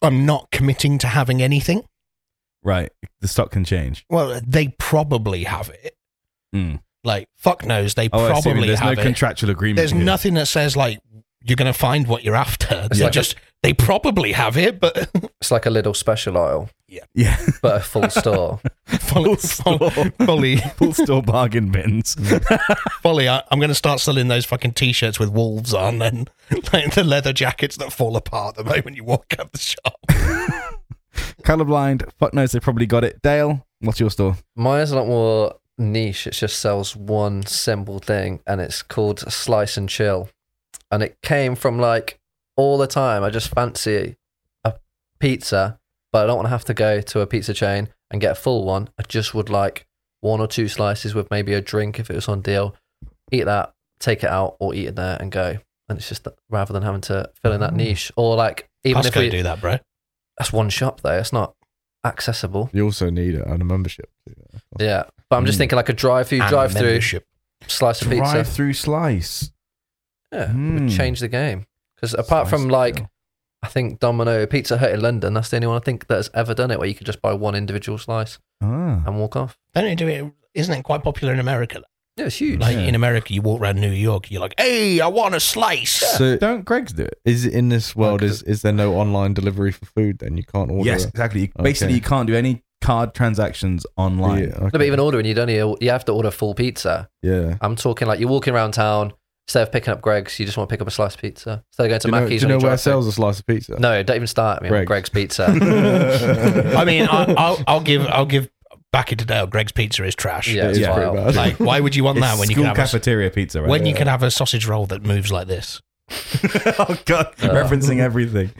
Speaker 2: I'm not committing to having anything.
Speaker 1: right. The stock can change.
Speaker 2: Well, they probably have it.
Speaker 1: Mm.
Speaker 2: Like fuck knows, they
Speaker 1: Oh, I see.
Speaker 2: probably
Speaker 1: There's no
Speaker 2: have it.
Speaker 1: contractual agreement.
Speaker 2: There's
Speaker 1: here.
Speaker 2: nothing that says like you're going to find what you're after. They
Speaker 4: like-
Speaker 2: just they probably have it, but
Speaker 4: It's like a little special aisle,
Speaker 1: Yeah.
Speaker 4: but a full store.
Speaker 2: fully, fully, fully,
Speaker 1: Full store bargain bins.
Speaker 2: fully, I, I'm going to start selling those fucking t-shirts with wolves on and like the leather jackets that fall apart the moment you walk out the shop.
Speaker 1: Colorblind. Fuck knows they've probably got it. Dale, what's your store?
Speaker 4: Mine's a lot more niche. It just sells one simple thing, and it's called Slice and Chill. And it came from like all the time. I just fancy a pizza but I don't want to have to go to a pizza chain and get a full one. I just would like one or two slices with maybe a drink if it was on deal. Eat that, take it out, or eat it there and go. And it's just that, rather than having to fill in that niche or like even if
Speaker 2: Costco
Speaker 4: we
Speaker 2: do that, bro.
Speaker 4: that's one shop though, it's not accessible.
Speaker 3: You also need a, and a membership. to do that.
Speaker 4: Yeah, but I'm just
Speaker 3: Mm.
Speaker 4: thinking like a drive-through,
Speaker 2: And
Speaker 4: drive-through
Speaker 2: membership.
Speaker 4: slice of pizza.
Speaker 1: Drive through slice.
Speaker 4: Yeah, it
Speaker 3: Hmm.
Speaker 1: Mm.
Speaker 4: would change the game because apart
Speaker 1: Slice
Speaker 4: from like
Speaker 1: deal.
Speaker 4: I think Domino Pizza Hut in London, that's the only one I think that has ever done it where you could just buy one individual slice
Speaker 1: Ah.
Speaker 4: and walk off.
Speaker 2: Don't they do it? Isn't it quite popular in America?
Speaker 4: Yeah, it's huge.
Speaker 2: Like
Speaker 1: Yeah.
Speaker 2: in America, you walk around New York, you're like, "Hey, I want a slice."
Speaker 3: So
Speaker 1: Don't Greg's do it?
Speaker 3: is it in this world?
Speaker 4: 'cause
Speaker 3: Is is there no online delivery for food? Then you can't order.
Speaker 1: Yes,
Speaker 3: it?
Speaker 1: exactly. You- Basically,
Speaker 3: Okay.
Speaker 1: you can't do any card transactions online.
Speaker 3: Yeah,
Speaker 4: No,
Speaker 3: okay.
Speaker 4: but even ordering, you don't need, you have to order full pizza.
Speaker 3: yeah.
Speaker 4: I'm talking like you're walking around town instead of picking up Greg's, you just want to pick up a slice of pizza instead of going to
Speaker 3: do you know, do
Speaker 4: Mackey's.
Speaker 3: you
Speaker 4: on
Speaker 3: know
Speaker 4: your
Speaker 3: where
Speaker 4: drive-thru.
Speaker 3: sells a slice of pizza?
Speaker 4: No, don't even start. I mean, Greg's,
Speaker 3: Greg's.
Speaker 4: Pizza.
Speaker 2: I mean, I, I'll, I'll give I'll give back in today. Greg's Pizza is trash.
Speaker 4: yeah,
Speaker 3: It
Speaker 4: it's
Speaker 3: is pretty
Speaker 4: vile.
Speaker 3: bad.
Speaker 2: Like, why would you want
Speaker 1: It's
Speaker 2: that when you
Speaker 1: school
Speaker 2: can have a,
Speaker 1: cafeteria pizza, right?
Speaker 2: when you can have a sausage roll that moves like this?
Speaker 1: oh god, referencing everything.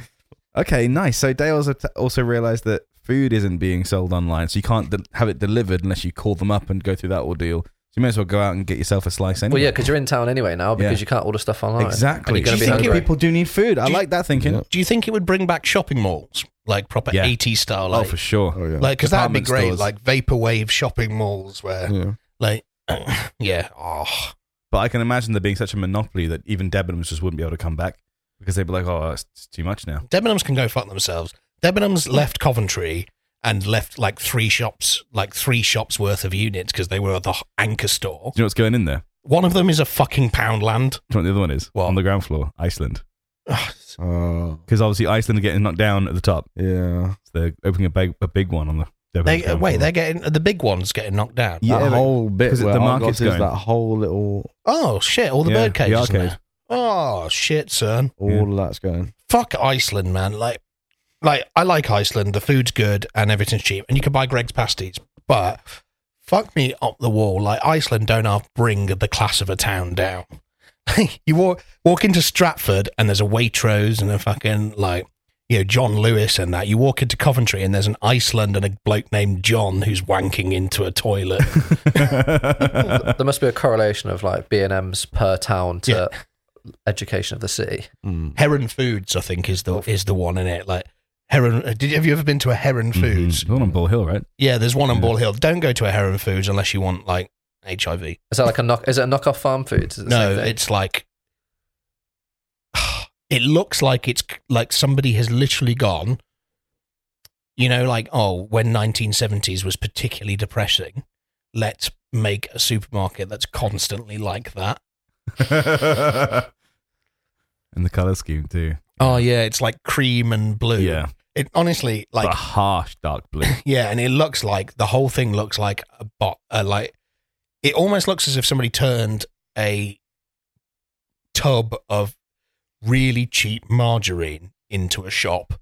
Speaker 1: Okay, nice. So Dale also, also realised that food isn't being sold online, so you can't de- have it delivered unless you call them up and go through that ordeal. So you may as well go out and get yourself a slice
Speaker 4: Well,
Speaker 1: anyway.
Speaker 4: yeah, because you're in town anyway now because
Speaker 1: Yeah.
Speaker 4: you can't order stuff online.
Speaker 1: exactly. Do
Speaker 4: And you're gonna
Speaker 1: you
Speaker 4: be
Speaker 1: think
Speaker 4: hungry.
Speaker 1: people do need food? I
Speaker 2: Do you-
Speaker 1: like that thinking.
Speaker 3: Yeah.
Speaker 2: Do you think it would bring back shopping malls, like proper
Speaker 1: Yeah.
Speaker 2: 80s style?
Speaker 1: Oh,
Speaker 2: Like,
Speaker 1: for sure.
Speaker 3: Oh yeah.
Speaker 2: like because that'd be
Speaker 1: Department
Speaker 2: great,
Speaker 1: stores. Mm.
Speaker 2: like vaporwave shopping malls where,
Speaker 3: yeah.
Speaker 2: like, yeah, oh,
Speaker 1: But I can imagine there being such a monopoly that even Debenhams just wouldn't be able to come back because they'd be like, "Oh, it's it's too much now."
Speaker 2: Debenhams can go fuck themselves. Debenhams left Coventry and left like three shops, like three shops worth of units because they were the h- anchor store.
Speaker 1: Do you know what's going in there?
Speaker 2: One of them is a fucking Poundland.
Speaker 1: Do you know what the other one is?
Speaker 2: What?
Speaker 1: On the ground floor, Iceland.
Speaker 2: Ugh,
Speaker 3: Oh
Speaker 1: Because obviously Iceland are getting knocked down at the top.
Speaker 3: yeah.
Speaker 1: So they're opening a big, a big one on the. Debenhams
Speaker 2: They
Speaker 1: ground
Speaker 2: wait,
Speaker 1: floor.
Speaker 2: they're getting the big ones getting knocked down.
Speaker 1: Yeah,
Speaker 3: that
Speaker 1: but-
Speaker 3: whole bit
Speaker 1: 'cause
Speaker 3: where the market's going. that whole little
Speaker 2: Oh shit! All the
Speaker 1: Yeah,
Speaker 2: bird cages.
Speaker 1: the
Speaker 2: in there.
Speaker 1: arcade.
Speaker 2: Oh shit, son.
Speaker 3: all
Speaker 1: Yeah.
Speaker 3: of that's going.
Speaker 2: Fuck Iceland, man. Like, like I like Iceland. The food's good and everything's cheap, and you can buy Greg's pasties. But fuck me up the wall. Like Iceland don't half bring the class of a town down. you walk walk into Stratford and there's a Waitrose and a fucking like you know John Lewis and that. You walk into Coventry and there's an Iceland and a bloke named John who's wanking into a toilet.
Speaker 4: There must be a correlation of like B and M's per town to education of the city.
Speaker 3: Mm.
Speaker 2: Heron Foods, I think, is the is the one in it. Like Heron, uh, did have you ever been to a Heron Foods?
Speaker 1: It's all on Bull Hill, right?
Speaker 2: Yeah, there's one on
Speaker 1: Yeah.
Speaker 2: Ball Hill. Don't go to a Heron Foods unless you want like HIV.
Speaker 4: Is that like a knock? Is it a knockoff farm foods? Is it the
Speaker 2: No,
Speaker 4: same thing?
Speaker 2: it's like it looks like it's c- like somebody has literally gone. You know, like oh, when 1970s was particularly depressing, let's make a supermarket that's constantly like that.
Speaker 1: and the color scheme too.
Speaker 2: Oh yeah, it's like cream and blue.
Speaker 1: Yeah,
Speaker 2: it honestly
Speaker 1: like,
Speaker 2: like
Speaker 1: a harsh dark blue.
Speaker 2: Yeah, and it looks like the whole thing looks like a bot. Uh, like it almost looks as if somebody turned a tub of really cheap margarine into a shop.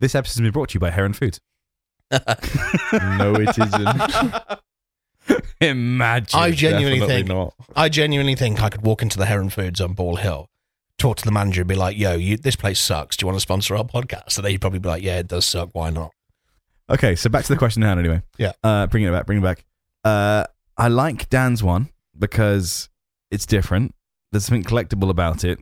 Speaker 1: this episode has been brought to you by Heron Foods.
Speaker 3: No, it isn't.
Speaker 1: Imagine.
Speaker 2: I genuinely
Speaker 3: Definitely
Speaker 2: think
Speaker 3: not.
Speaker 2: I genuinely think I could walk into the Heron Foods on Ball Hill, talk to the manager, and be like, "Yo, you, this place sucks. Do you want to sponsor our podcast?" And they'd probably be like, "Yeah, it does suck. Why not?"
Speaker 1: Okay, so back to the question now. Anyway,
Speaker 2: Yeah.
Speaker 1: Uh, bring it back. Bring it back. Uh, I like Dan's one because it's different. There's something collectible about it,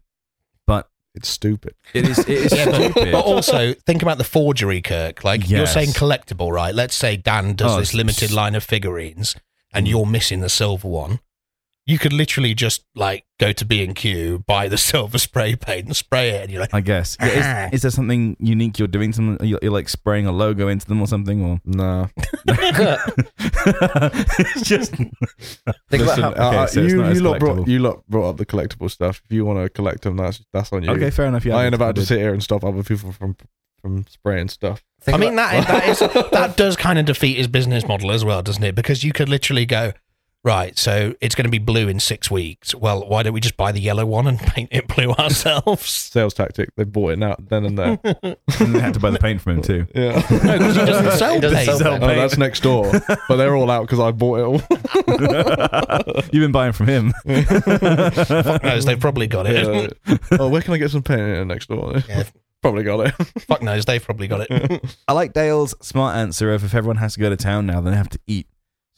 Speaker 1: but
Speaker 3: It's stupid.
Speaker 1: it is it is
Speaker 2: Yeah, but,
Speaker 1: stupid.
Speaker 2: but also think about the forgery, Kirk. Like you're
Speaker 1: Yes.
Speaker 2: saying collectible, right? Let's say Dan does
Speaker 1: Oh,
Speaker 2: this
Speaker 1: it's-
Speaker 2: limited line of figurines, and you're missing the silver one. You could literally just like go to B and Q, buy the silver spray paint, and spray it, and you're like,
Speaker 1: I guess. Yeah, is, is there something unique you're doing? Something you're, you're like spraying a logo into them or something, or
Speaker 3: Nah.
Speaker 1: it's just
Speaker 4: Think about
Speaker 1: Listen,
Speaker 4: how-
Speaker 1: uh, okay,
Speaker 3: Uh,
Speaker 1: so it's
Speaker 3: you
Speaker 1: not as
Speaker 3: you lot
Speaker 1: collectible.
Speaker 3: brought you lot brought up the collectible stuff. If you want to collect them, that's that's on you.
Speaker 1: okay, fair enough. Yeah,
Speaker 3: I ain't about to
Speaker 1: say.
Speaker 3: sit here and stop other people from from spraying stuff.
Speaker 4: think
Speaker 2: I mean
Speaker 4: about-
Speaker 2: that that is that does kind of defeat his business model as well, doesn't it? Because you could literally go. Right, so it's going to be blue in six weeks. Well, why don't we just buy the yellow one and paint it blue ourselves?
Speaker 3: Sales tactic. They bought it out then and there.
Speaker 1: And they had to buy the paint for him too.
Speaker 3: Yeah.
Speaker 2: No, because he doesn't sell
Speaker 4: He doesn't
Speaker 2: paint.
Speaker 4: sell
Speaker 1: Sell
Speaker 4: paint.
Speaker 3: Oh, that's next door. But they're all out because I bought it all.
Speaker 1: You've been buying from him.
Speaker 2: Fuck knows, they've probably got it.
Speaker 3: Yeah. oh, where can I get some paint in next door?
Speaker 2: Yeah.
Speaker 3: Probably got it.
Speaker 2: Fuck knows, they've probably got it.
Speaker 1: I like Dale's smart answer of if everyone has to go to town now, then they have to eat.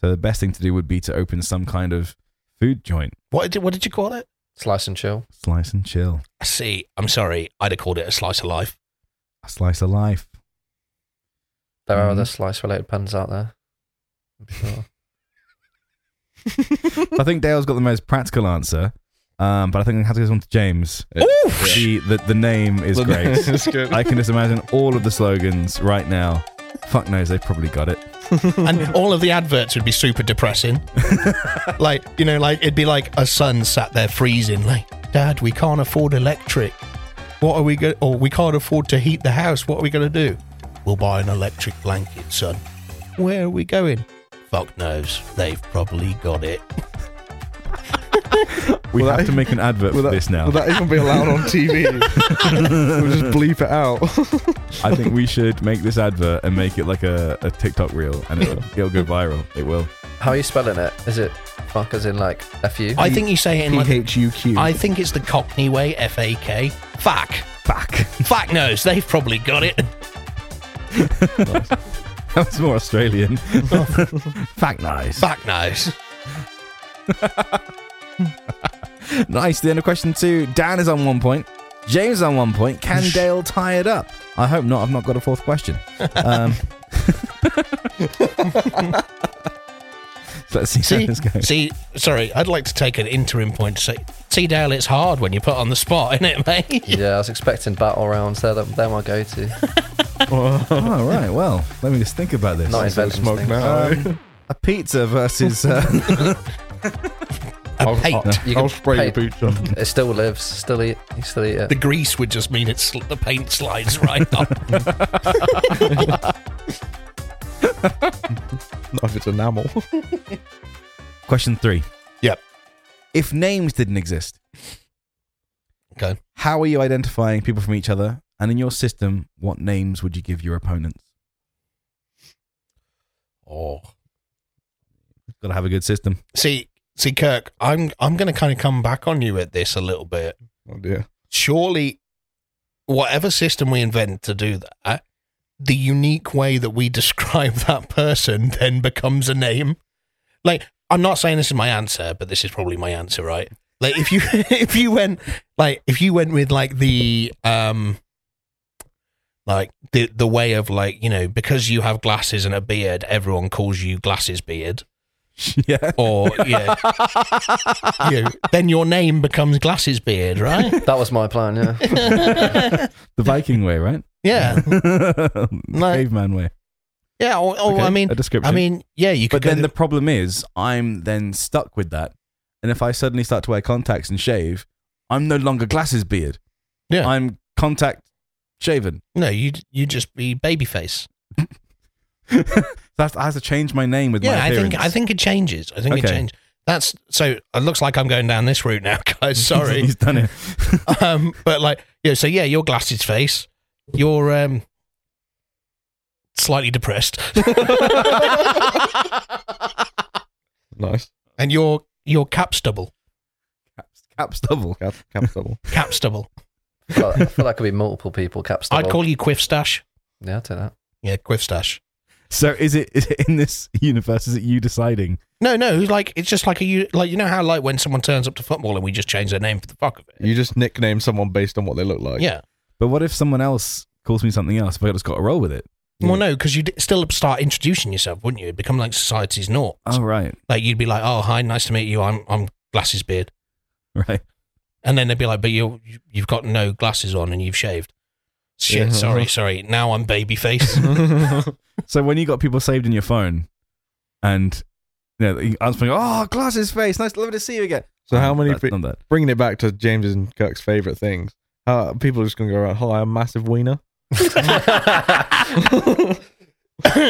Speaker 1: So the best thing to do would be to open some kind of food joint.
Speaker 2: What did, what did you call it?
Speaker 4: Slice and chill.
Speaker 1: Slice and chill.
Speaker 2: See, I'm sorry, I'd have called it a slice of life.
Speaker 1: A slice of life.
Speaker 4: There
Speaker 2: Mm-hmm.
Speaker 4: are
Speaker 1: Mhm.
Speaker 4: other slice related puns out there. I'm sure.
Speaker 1: I think Dale's got the most practical answer, um, but I think I have to go on to James.
Speaker 2: Oof!
Speaker 1: The, the, the name is great.
Speaker 3: it's good.
Speaker 1: I can just imagine all of the slogans right now. Fuck knows, they've probably got it.
Speaker 2: and all of the adverts would be super depressing. like, you know, like it'd be like a son sat there freezing, like, Dad, we can't afford electric. What are we going or we can't afford to heat the house. What are we gonna do? We'll buy an electric blanket, son. Where are we going? Fuck knows. They've probably got it.
Speaker 1: We
Speaker 3: Will
Speaker 1: have
Speaker 3: that-
Speaker 1: to make an advert for
Speaker 3: Will that,
Speaker 1: this now.
Speaker 3: will that even be allowed on TV? we'll just bleep it out.
Speaker 1: I think we should make this advert and make it like a, a TikTok reel and it'll, it'll go viral. It will.
Speaker 4: How are you spelling it? Is it fuck as in like F U?
Speaker 2: I think you say it in like
Speaker 3: H U Q.
Speaker 2: I think it's the Cockney way, F A K. Fuck. Fuck. Fuck knows. They've probably got it.
Speaker 1: That was more Australian. Fact nice.
Speaker 2: Fuck knows.
Speaker 1: Nice. The end of question two. Dan is on one point. James is on one point. Can Dale tie it up? I hope not. I've not got a fourth question. Um, so let's see, how
Speaker 2: See,
Speaker 1: this goes.
Speaker 2: see, sorry, I'd like to take an interim point to say, see, Dale, it's hard when you put on the spot, isn't it, mate?
Speaker 4: Yeah, I was expecting battle rounds. They're, the- they're my go to.
Speaker 1: All right. Well, let me just think about this.
Speaker 4: Not inventing
Speaker 3: Smug
Speaker 4: things.
Speaker 3: now.
Speaker 1: Um, a pizza versus. Uh,
Speaker 2: A
Speaker 3: I'll,
Speaker 2: pate.
Speaker 3: I'll,
Speaker 4: You can
Speaker 3: I'll spray your
Speaker 4: paint.
Speaker 3: boots on.
Speaker 4: It still lives. Still eat. You still eat
Speaker 2: the
Speaker 4: it.
Speaker 2: grease would just mean it's the paint slides right off.
Speaker 3: Not if it's enamel.
Speaker 1: question three.
Speaker 2: Yep.
Speaker 1: If names didn't exist,
Speaker 2: Okay.
Speaker 1: how are you identifying people from each other? And in your system, what names would you give your opponents?
Speaker 2: Oh.
Speaker 1: Got to have a good system.
Speaker 2: See, see, Kirk, I'm I'm going to kind of come back on you at this a little bit.
Speaker 3: Oh dear.
Speaker 2: Surely, whatever system we invent to do that, the unique way that we describe that person then becomes a name. Like, I'm not saying this is my answer, but this is probably my answer, right? Like, if you if you went like if you went with like the um like the the way of like you know because you have glasses and a beard, everyone calls you glasses beard
Speaker 1: yeah.
Speaker 2: or yeah, you know, then your name becomes Glasses Beard, right?
Speaker 4: That was my plan, yeah.
Speaker 1: The Viking way, right?
Speaker 2: yeah, No.
Speaker 1: Caveman way.
Speaker 2: yeah. Or, or
Speaker 1: Okay,
Speaker 2: I mean,
Speaker 1: a description.
Speaker 2: I mean, yeah, you could.
Speaker 1: but then
Speaker 2: go
Speaker 1: the problem is, I'm then stuck with that. And if I suddenly start to wear contacts and shave, I'm no longer glasses beard.
Speaker 2: Yeah.
Speaker 1: I'm contact shaven.
Speaker 2: to- no, you you just be Babyface.
Speaker 1: That's, I have to change my name with
Speaker 2: Yeah,
Speaker 1: my
Speaker 2: I
Speaker 1: appearance.
Speaker 2: think I think it changes. I think it
Speaker 1: Okay.
Speaker 2: changes. That's so. It looks like I'm going down this route now, guys. Sorry,
Speaker 1: He's done it.
Speaker 2: um, but like, yeah. So yeah, your Glasses Face, you're um, slightly depressed,
Speaker 3: Nice.
Speaker 2: and you're you're Cap Stubble. Oh.
Speaker 1: Caps double.
Speaker 3: Cap, cap double.
Speaker 2: Cap Stubble.
Speaker 4: I feel like- I feel like could be multiple people. Caps.
Speaker 2: I'd call you Quiff Stash.
Speaker 4: Yeah, I'll do that.
Speaker 2: Yeah, Quiff Stash.
Speaker 1: So is it, is it in this universe? Is it you deciding?
Speaker 2: No, no, like it's just like a you like you know how like when someone turns up to football and we just change their name for the fuck of it.
Speaker 3: You just nickname someone based on what they look like.
Speaker 2: yeah.
Speaker 1: But what if someone else calls me something else? But I just got to roll with it.
Speaker 2: Well, no, because you'd still start introducing yourself, wouldn't you? It'd become like society's norm.
Speaker 1: Oh, right.
Speaker 2: Like you'd be like, "Oh, hi, nice to meet you. I'm I'm Glasses Beard,"
Speaker 1: Right.
Speaker 2: and then they'd be like, "But you you- you've got no glasses on and you've shaved." Shit,
Speaker 3: Yeah.
Speaker 2: sorry, sorry. Now I'm babyface.
Speaker 1: So when you got people saved in your phone, and you know, you answering, oh, glasses face, nice, lovely to see you again.
Speaker 3: So how
Speaker 1: Um,
Speaker 3: many
Speaker 1: that's
Speaker 3: pe-
Speaker 1: not that.
Speaker 3: bringing it back to James and Kirk's favorite things? Uh, people are just gonna go around. Hi, I'm massive wiener.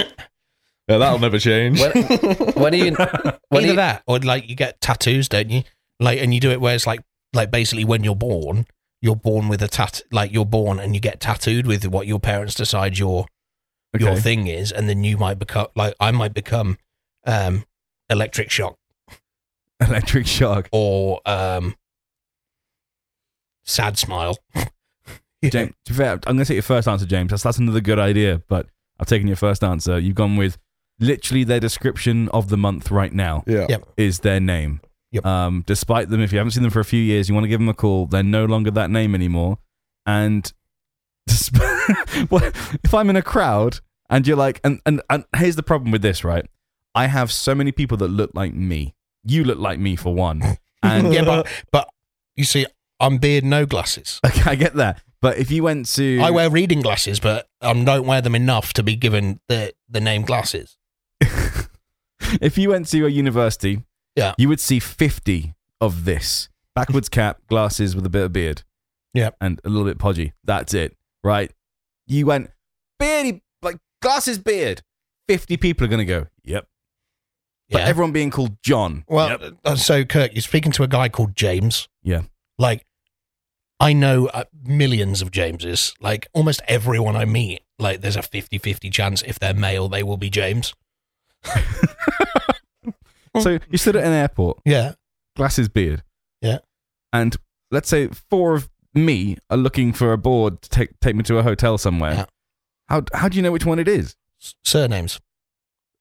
Speaker 3: Yeah, that'll never change.
Speaker 4: When, when are you? When are
Speaker 2: Either
Speaker 4: you,
Speaker 2: that, or like you get tattoos, don't you? Like, and you do it where it's like, like basically when you're born, you're born with a tat, like you're born and you get tattooed with what your parents decide your your
Speaker 1: Okay.
Speaker 2: thing is, and then you might become like I might become um, electric shock
Speaker 1: Electric shock.
Speaker 2: or um, sad smile.
Speaker 1: James, to be fair, I'm going to take your first answer, James. That's, that's another good idea, but I've taken your first answer. You've gone with literally their description of the month right now
Speaker 3: Yeah.
Speaker 2: Yeah.
Speaker 1: is their name.
Speaker 2: Yep.
Speaker 1: Um, despite them, if you haven't seen them for a few years, you want to give them a call. They're no longer that name anymore. And desp- well, if I'm in a crowd and you're like, and, and, and here's the problem with this, right? I have so many people that look like me. You look like me for one. And
Speaker 2: yeah, but but you see, I'm beard no glasses.
Speaker 1: Okay, I get that. But if you went to,
Speaker 2: I wear reading glasses, but I don't wear them enough to be given the the name glasses.
Speaker 1: if you went to a university,
Speaker 2: Yeah.
Speaker 1: you would see fifty of this backwards cap, glasses with a bit of beard,
Speaker 2: Yep.
Speaker 1: and a little bit podgy. That's it, right? You went beardy, like glasses, beard. Fifty people are gonna go. Yep. But
Speaker 2: Yeah.
Speaker 1: everyone being called John.
Speaker 2: Well,
Speaker 1: Yep.
Speaker 2: uh, so Kirk, you're speaking to a guy called James.
Speaker 1: Yeah.
Speaker 2: Like, I know uh, millions of Jameses. Like, almost everyone I meet, like, there's a 50 50 chance if they're male, they will be James.
Speaker 1: so you stood at an airport,
Speaker 2: Yeah.
Speaker 1: glasses, beard.
Speaker 2: Yeah.
Speaker 1: And let's say four of me are looking for a board to take take me to a hotel somewhere.
Speaker 2: Yeah.
Speaker 1: How how do you know which one it is?
Speaker 2: S- surnames.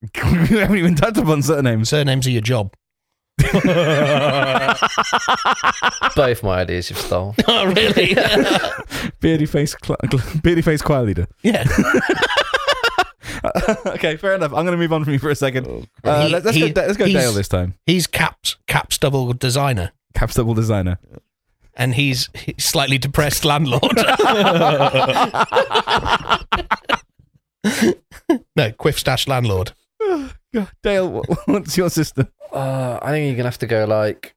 Speaker 1: we haven't even touched upon surnames.
Speaker 2: Surnames are your job.
Speaker 4: Both my ideas you've stolen.
Speaker 2: oh, really?
Speaker 1: Beardy face, cl- cl- beardy face choir leader.
Speaker 2: yeah.
Speaker 1: okay, fair enough. I'm going to move on from you for a second.
Speaker 3: Oh,
Speaker 1: Uh,
Speaker 2: He-
Speaker 1: let, us
Speaker 2: he-
Speaker 1: go. Da- Let's go
Speaker 2: he's-
Speaker 1: Dale this time.
Speaker 2: He's Cap's, Cap's double designer,
Speaker 1: Caps double designer.
Speaker 2: and he's, he's slightly depressed landlord. no, quiff stash landlord.
Speaker 1: God, Dale, what- what's your system?
Speaker 4: Uh, I think you're gonna have to go like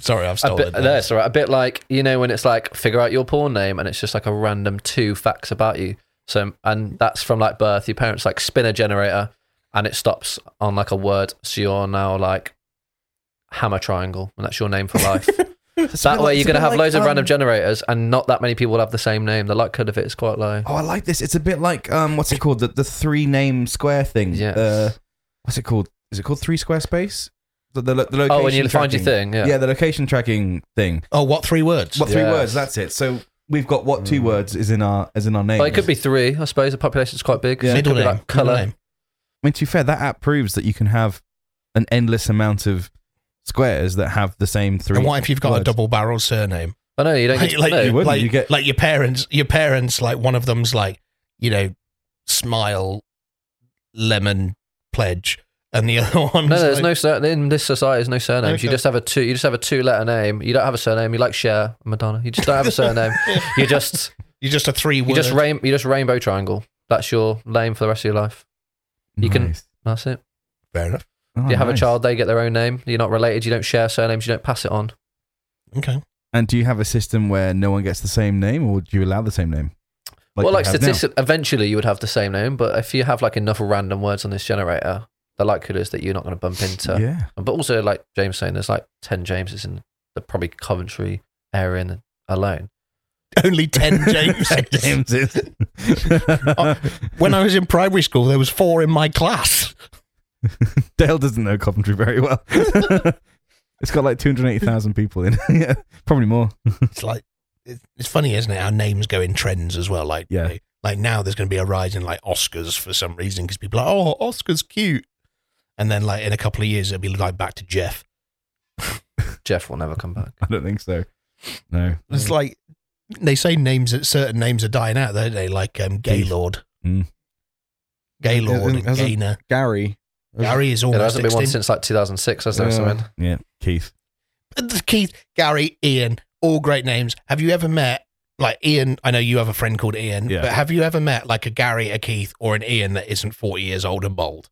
Speaker 2: Sorry, I've
Speaker 4: a
Speaker 2: stolen
Speaker 4: bit.
Speaker 2: that.
Speaker 4: That's all right. A bit like you know when it's like figure out your porn name, and it's just like a random two facts about you. So and that's from like birth. Your parents like spin a generator, and it stops on like a word. So you're now like hammer triangle, and that's your name for life. that way you're gonna have loads of
Speaker 1: um,
Speaker 4: random generators, and not that many people will have the same name. The likelihood of it is quite low.
Speaker 1: Oh, I like this. It's a bit like um, what's it called? The the three name square thing.
Speaker 4: Yes.
Speaker 1: Uh, what's it called? Is it called three square space? The, the, lo- the location
Speaker 4: Oh, and you find your
Speaker 1: tracking-
Speaker 4: thing. Yeah.
Speaker 1: Yeah. the location tracking thing.
Speaker 2: Oh, what three words?
Speaker 1: What three
Speaker 4: Yes.
Speaker 1: words? That's it. So we've got what two words is in our is in our name.
Speaker 4: Well, it could be three, I suppose. The population's quite big.
Speaker 1: Yeah.
Speaker 4: So it
Speaker 2: Middle
Speaker 4: could be
Speaker 2: name.
Speaker 4: like colour.
Speaker 2: middle name.
Speaker 1: I mean, to be fair, that app proves that you can have an endless amount of squares that have the same three.
Speaker 2: And what if you've got
Speaker 1: words.
Speaker 2: a double barrel surname?
Speaker 4: I know you don't
Speaker 2: Like,
Speaker 4: get
Speaker 2: like,
Speaker 4: no.
Speaker 1: you would. wouldn't,
Speaker 2: like,
Speaker 1: get-
Speaker 2: like your parents, your parents, like one of them's like, you know, smile, lemon, pledge, and the other one's
Speaker 4: No, there's
Speaker 2: like,
Speaker 4: no sur- in this society. There's no surnames. You
Speaker 2: Okay.
Speaker 4: just have a two. You just have a two-letter name. You don't have a surname. You like Cher, Madonna. You just don't have a surname. you just
Speaker 2: You're just a three
Speaker 4: you
Speaker 2: word.
Speaker 4: just rain, you just rainbow triangle. That's your name for the rest of your life. you can- That's it.
Speaker 2: Fair enough.
Speaker 1: Oh,
Speaker 4: you have
Speaker 1: nice.
Speaker 4: a child, they get their own name. You're not related. You don't share surnames. You don't pass it on.
Speaker 2: Okay.
Speaker 1: And do you have a system where no one gets the same name, or do you allow the same name?
Speaker 4: well,
Speaker 1: you
Speaker 4: like
Speaker 1: have now.
Speaker 4: statistic, eventually you would have the same name. But if you have like enough random words on this generator, the likelihood is that you're not going to bump into.
Speaker 1: Yeah.
Speaker 4: But also, like James saying, there's like ten Jameses in the probably Coventry area in- alone.
Speaker 2: Only ten James. Oh.
Speaker 1: James is.
Speaker 2: When I was in primary school, there was four in my class.
Speaker 1: Dale doesn't know Coventry very well. it's got like 280,000 people in it. yeah, probably more.
Speaker 2: It's like it- it's funny, isn't it? How names go in trends as well. Like
Speaker 1: Yeah.
Speaker 2: like- like now there's going to be a rise in like Oscars for some reason because people are like, oh, Oscar's cute, and then like in a couple of years it'll be like back to Jeff.
Speaker 4: Jeff will never come back.
Speaker 1: I don't think so. No.
Speaker 2: It's like they say names that certain names are dying out, don't they? Like um, Gaylord,
Speaker 1: Mm.
Speaker 2: Gaylord,
Speaker 3: Hasn't-
Speaker 2: and
Speaker 3: hasn't-
Speaker 2: Gaynor.
Speaker 3: Gary.
Speaker 2: Gary is
Speaker 4: It
Speaker 2: almost
Speaker 4: hasn't been one
Speaker 2: 16.
Speaker 4: since like 2006, has there? or
Speaker 3: Yeah.
Speaker 4: Something.
Speaker 1: Yeah. Keith.
Speaker 2: Keith, Gary, Ian, all great names. Have you ever met like Ian? I know you have a friend called Ian,
Speaker 1: Yeah.
Speaker 2: but have you ever met like a Gary, a Keith, or an Ian that isn't forty years old and bald?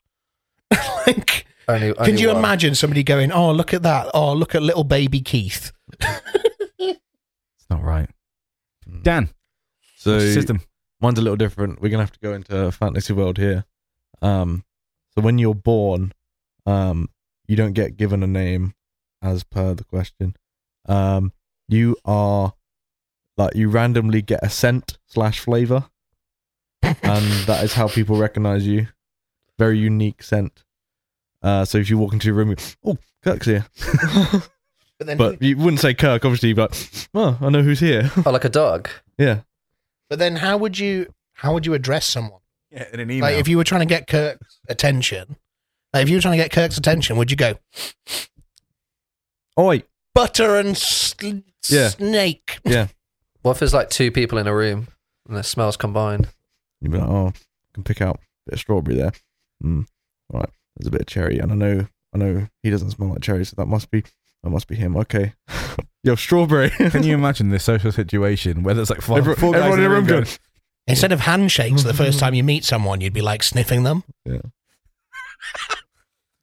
Speaker 2: like,
Speaker 4: Only,
Speaker 2: can
Speaker 4: only
Speaker 2: you
Speaker 4: one.
Speaker 2: imagine somebody going, "Oh, look at that! Oh, look at little baby Keith."
Speaker 1: It's not right.
Speaker 3: Mm.
Speaker 1: Dan.
Speaker 3: So
Speaker 1: system.
Speaker 3: mine's a little different. We're gonna have to go into fantasy world here. Um, so when you're born, um, you don't get given a name, as per the question. Um, you are like you randomly get a scent slash flavor, and that is how people recognize you. Very unique scent. Uh, so if you walk into your room, you, oh, Kirk's here.
Speaker 2: But then,
Speaker 3: But you wouldn't say Kirk, obviously, but well, I know who's here.
Speaker 4: Oh, like a dog.
Speaker 3: yeah.
Speaker 2: but then, how would you how would you address someone?
Speaker 1: Yeah, in an email.
Speaker 2: Like, if you were trying to get Kirk's attention, like, if you were trying to get Kirk's attention, would you go
Speaker 3: Oi.
Speaker 2: butter and sl-
Speaker 3: Yeah.
Speaker 2: snake?
Speaker 4: What if there's like two people in a room and their smells combined?
Speaker 3: You'd be like, oh, I can pick out a bit of strawberry there. Mm. All right. There's a bit of cherry. And I know I know he doesn't smell like cherry, so that must be that must be him. Okay. Yo, strawberry.
Speaker 1: Can you imagine this social situation where there's like five,
Speaker 3: Every-
Speaker 1: four guys
Speaker 3: everyone
Speaker 1: in the room,
Speaker 3: room
Speaker 1: going,
Speaker 2: Instead of handshakes, the first time you meet someone, you'd be like sniffing them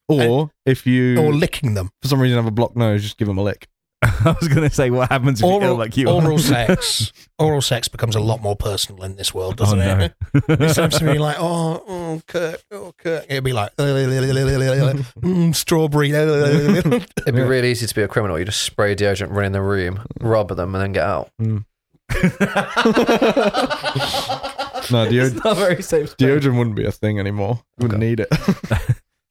Speaker 3: or if you
Speaker 2: or licking them.
Speaker 3: for some reason have a blocked nose, just give him a lick.
Speaker 1: I was going to say, what happens if you go
Speaker 2: Oral,
Speaker 1: like you?
Speaker 2: oral sex. Oral sex becomes a lot more personal in this world,
Speaker 1: oh
Speaker 2: doesn't it?
Speaker 1: no!
Speaker 2: Next time somebody like, oh, oh, Kirk, oh, Kirk, it'd be like, mm, strawberry.
Speaker 4: It'd be
Speaker 3: Yeah.
Speaker 4: really easy to be a criminal. You just spray deodorant, run in the room, rob them, and then get out.
Speaker 3: No, deod-
Speaker 1: Not very safe.
Speaker 3: deodorant wouldn't be a thing anymore. You wouldn't need it.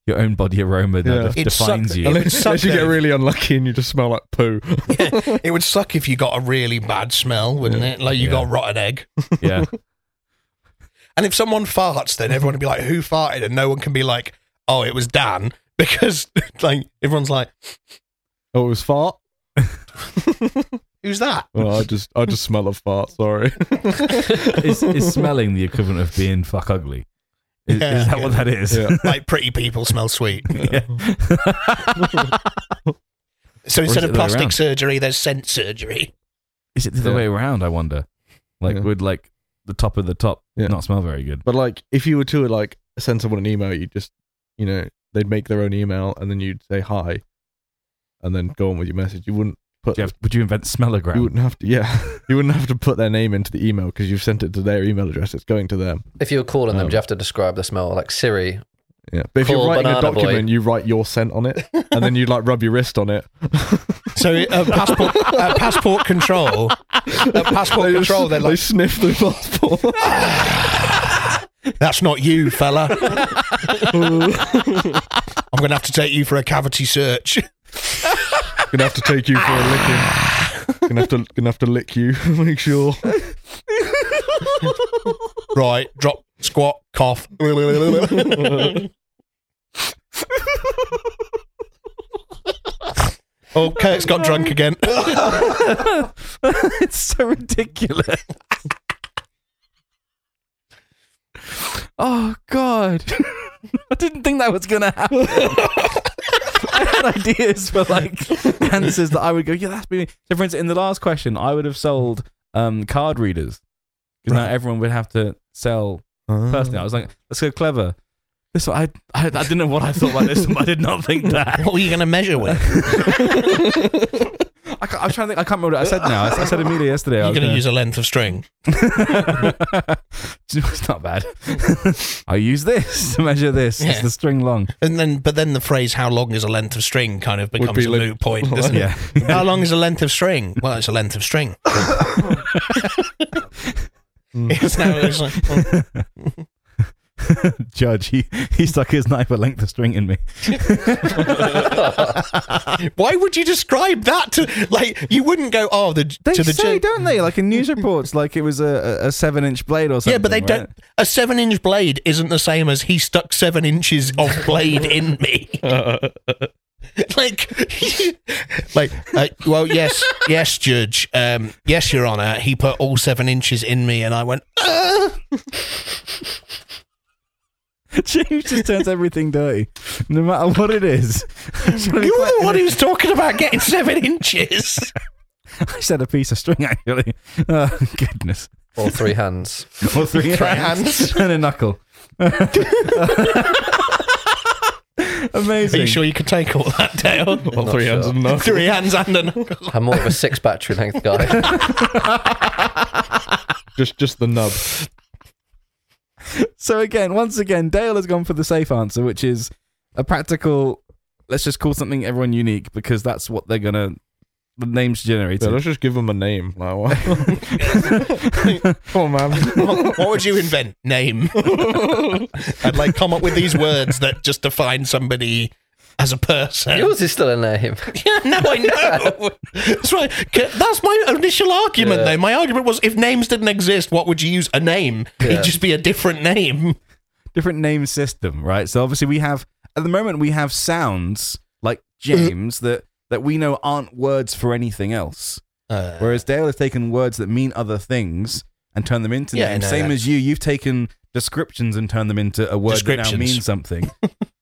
Speaker 1: Your own body aroma that
Speaker 3: Yeah.
Speaker 1: just
Speaker 2: It
Speaker 1: defines
Speaker 2: sucked-
Speaker 1: you.
Speaker 2: it would
Speaker 3: unless,
Speaker 2: suck
Speaker 3: unless you get
Speaker 2: though.
Speaker 3: really unlucky and you just smell like poo.
Speaker 2: it would suck if you got a really bad smell, wouldn't it? Like you got rotten egg.
Speaker 1: Yeah.
Speaker 2: And if someone farts, then everyone would be like, who farted? And no one can be like, oh, it was Dan. Because like everyone's like,
Speaker 3: Oh, it was fart.
Speaker 2: who's that?
Speaker 3: Well, I just I just smell of fart. Sorry.
Speaker 1: is, is smelling the equivalent of being fuck ugly? Is,
Speaker 2: Yeah.
Speaker 1: is that what that is?
Speaker 3: Yeah.
Speaker 2: Like pretty people smell sweet.
Speaker 1: Yeah.
Speaker 2: So instead
Speaker 1: it the other
Speaker 2: of
Speaker 1: way
Speaker 2: plastic
Speaker 1: around?
Speaker 2: surgery, there's scent surgery.
Speaker 1: Is it the other
Speaker 3: Yeah.
Speaker 1: way around? I wonder. Like,
Speaker 3: Yeah.
Speaker 1: would like the top of the top
Speaker 3: Yeah.
Speaker 1: not smell very good?
Speaker 3: But like, if you were to like send someone an email, you just you know they'd make their own email and then you'd say hi, and then go on with your message. You wouldn't put
Speaker 1: Do you have, would you invent smellogram?
Speaker 3: you wouldn't have to yeah you wouldn't have to put their name into the email because you've sent it to their email address. It's going to them.
Speaker 4: If you were calling them,
Speaker 3: Um,
Speaker 4: do you have to describe the smell? Like Siri,
Speaker 3: Yeah, but if
Speaker 4: Cool
Speaker 3: you're writing a
Speaker 4: banana boy.
Speaker 3: document, you write your scent on it, and then you like rub your wrist on it.
Speaker 2: So uh, passport, uh, passport control, uh, passport control, they're
Speaker 3: they
Speaker 2: like,
Speaker 3: sniff the passport.
Speaker 2: that's not you, fella. I'm going to have to take you for a cavity search.
Speaker 3: Gonna have to take you for a licking. Gonna have to gonna have to lick you. Make sure.
Speaker 2: right, drop, squat, cough. oh, Kirk's got drunk again.
Speaker 1: it's so ridiculous. oh God! I didn't think that was gonna happen. I had ideas for like answers that I would go, yeah, that's been. So, for instance, in the last question, I would have sold um, card readers because now everyone would have to sell personally. I was like, let's go clever. This one, I, I I didn't know what I thought about this one. But I did not think that.
Speaker 2: What were you going to measure with?
Speaker 1: I, can't- I was trying to think. I can't remember what I said now. I, I said immediately yesterday. I
Speaker 2: You're
Speaker 1: was
Speaker 2: going to
Speaker 1: gonna-
Speaker 2: use a length of string.
Speaker 1: it's not bad. I use this to measure this. It's
Speaker 2: Yeah.
Speaker 1: the string long.
Speaker 2: And then, but then the phrase "how long is a length of string" kind of becomes
Speaker 3: be
Speaker 2: a
Speaker 3: like-
Speaker 2: moot point, doesn't
Speaker 1: Yeah.
Speaker 2: it? How long is a length of string? Well, it's a length of string.
Speaker 3: Mm.
Speaker 2: it's now it's like, well,
Speaker 1: Judge, he, he stuck his knife a length of string in me.
Speaker 2: why would you describe that to like? You wouldn't go, oh, the
Speaker 1: They
Speaker 2: to the
Speaker 1: say,
Speaker 2: ju-
Speaker 1: don't they? Like in news reports, like it was a, a- a seven inch blade or something.
Speaker 2: Yeah, but they don't. A seven-inch blade isn't the same as he stuck seven inches of blade in me. like, like, uh, well, yes, yes, Judge, um, yes, Your Honour. He put all seven inches in me, and I went. "Uh."
Speaker 1: don't. James just turns everything dirty, no matter what it is.
Speaker 2: You were the one who's talking about getting seven inches.
Speaker 1: I said a piece of string, actually. Oh, goodness.
Speaker 4: all three hands.
Speaker 1: Or three
Speaker 2: Three hands.
Speaker 1: and a knuckle.
Speaker 2: Are you
Speaker 1: Amazing.
Speaker 2: sure you could take all that, Dale?
Speaker 3: Well, three
Speaker 4: sure.
Speaker 3: hands and enough.
Speaker 2: Three hands and a knuckle.
Speaker 4: I'm more of a six battery length guy.
Speaker 3: Just just the nub.
Speaker 1: So again, once again, Dale has gone for the safe answer, which is a practical. Let's just call something everyone unique because that's what they're gonna. The names
Speaker 3: Yeah,
Speaker 1: generated.
Speaker 3: let's just give them a name. Like, what? Come on, man.
Speaker 2: What what would you invent? Name. I'd like come up with these words that just define somebody as a person.
Speaker 4: Yours is still in there, him.
Speaker 2: Yeah, no, I know. that's right. C- That's my initial argument,
Speaker 4: Yeah.
Speaker 2: though. My argument was if names didn't exist, what would you use? A name.
Speaker 4: Yeah.
Speaker 2: It'd just be a different name.
Speaker 1: different name system, right? So obviously we have at the moment we have sounds like
Speaker 2: Uh-huh.
Speaker 1: James that that we know aren't words for anything else.
Speaker 2: Uh,
Speaker 1: Whereas Dale has taken words that mean other things and turned them into
Speaker 2: Yeah,
Speaker 1: names.
Speaker 2: no,
Speaker 1: Same
Speaker 2: that-
Speaker 1: as you, you've taken descriptions and turned them into a word that now
Speaker 2: Descriptions.
Speaker 1: means something.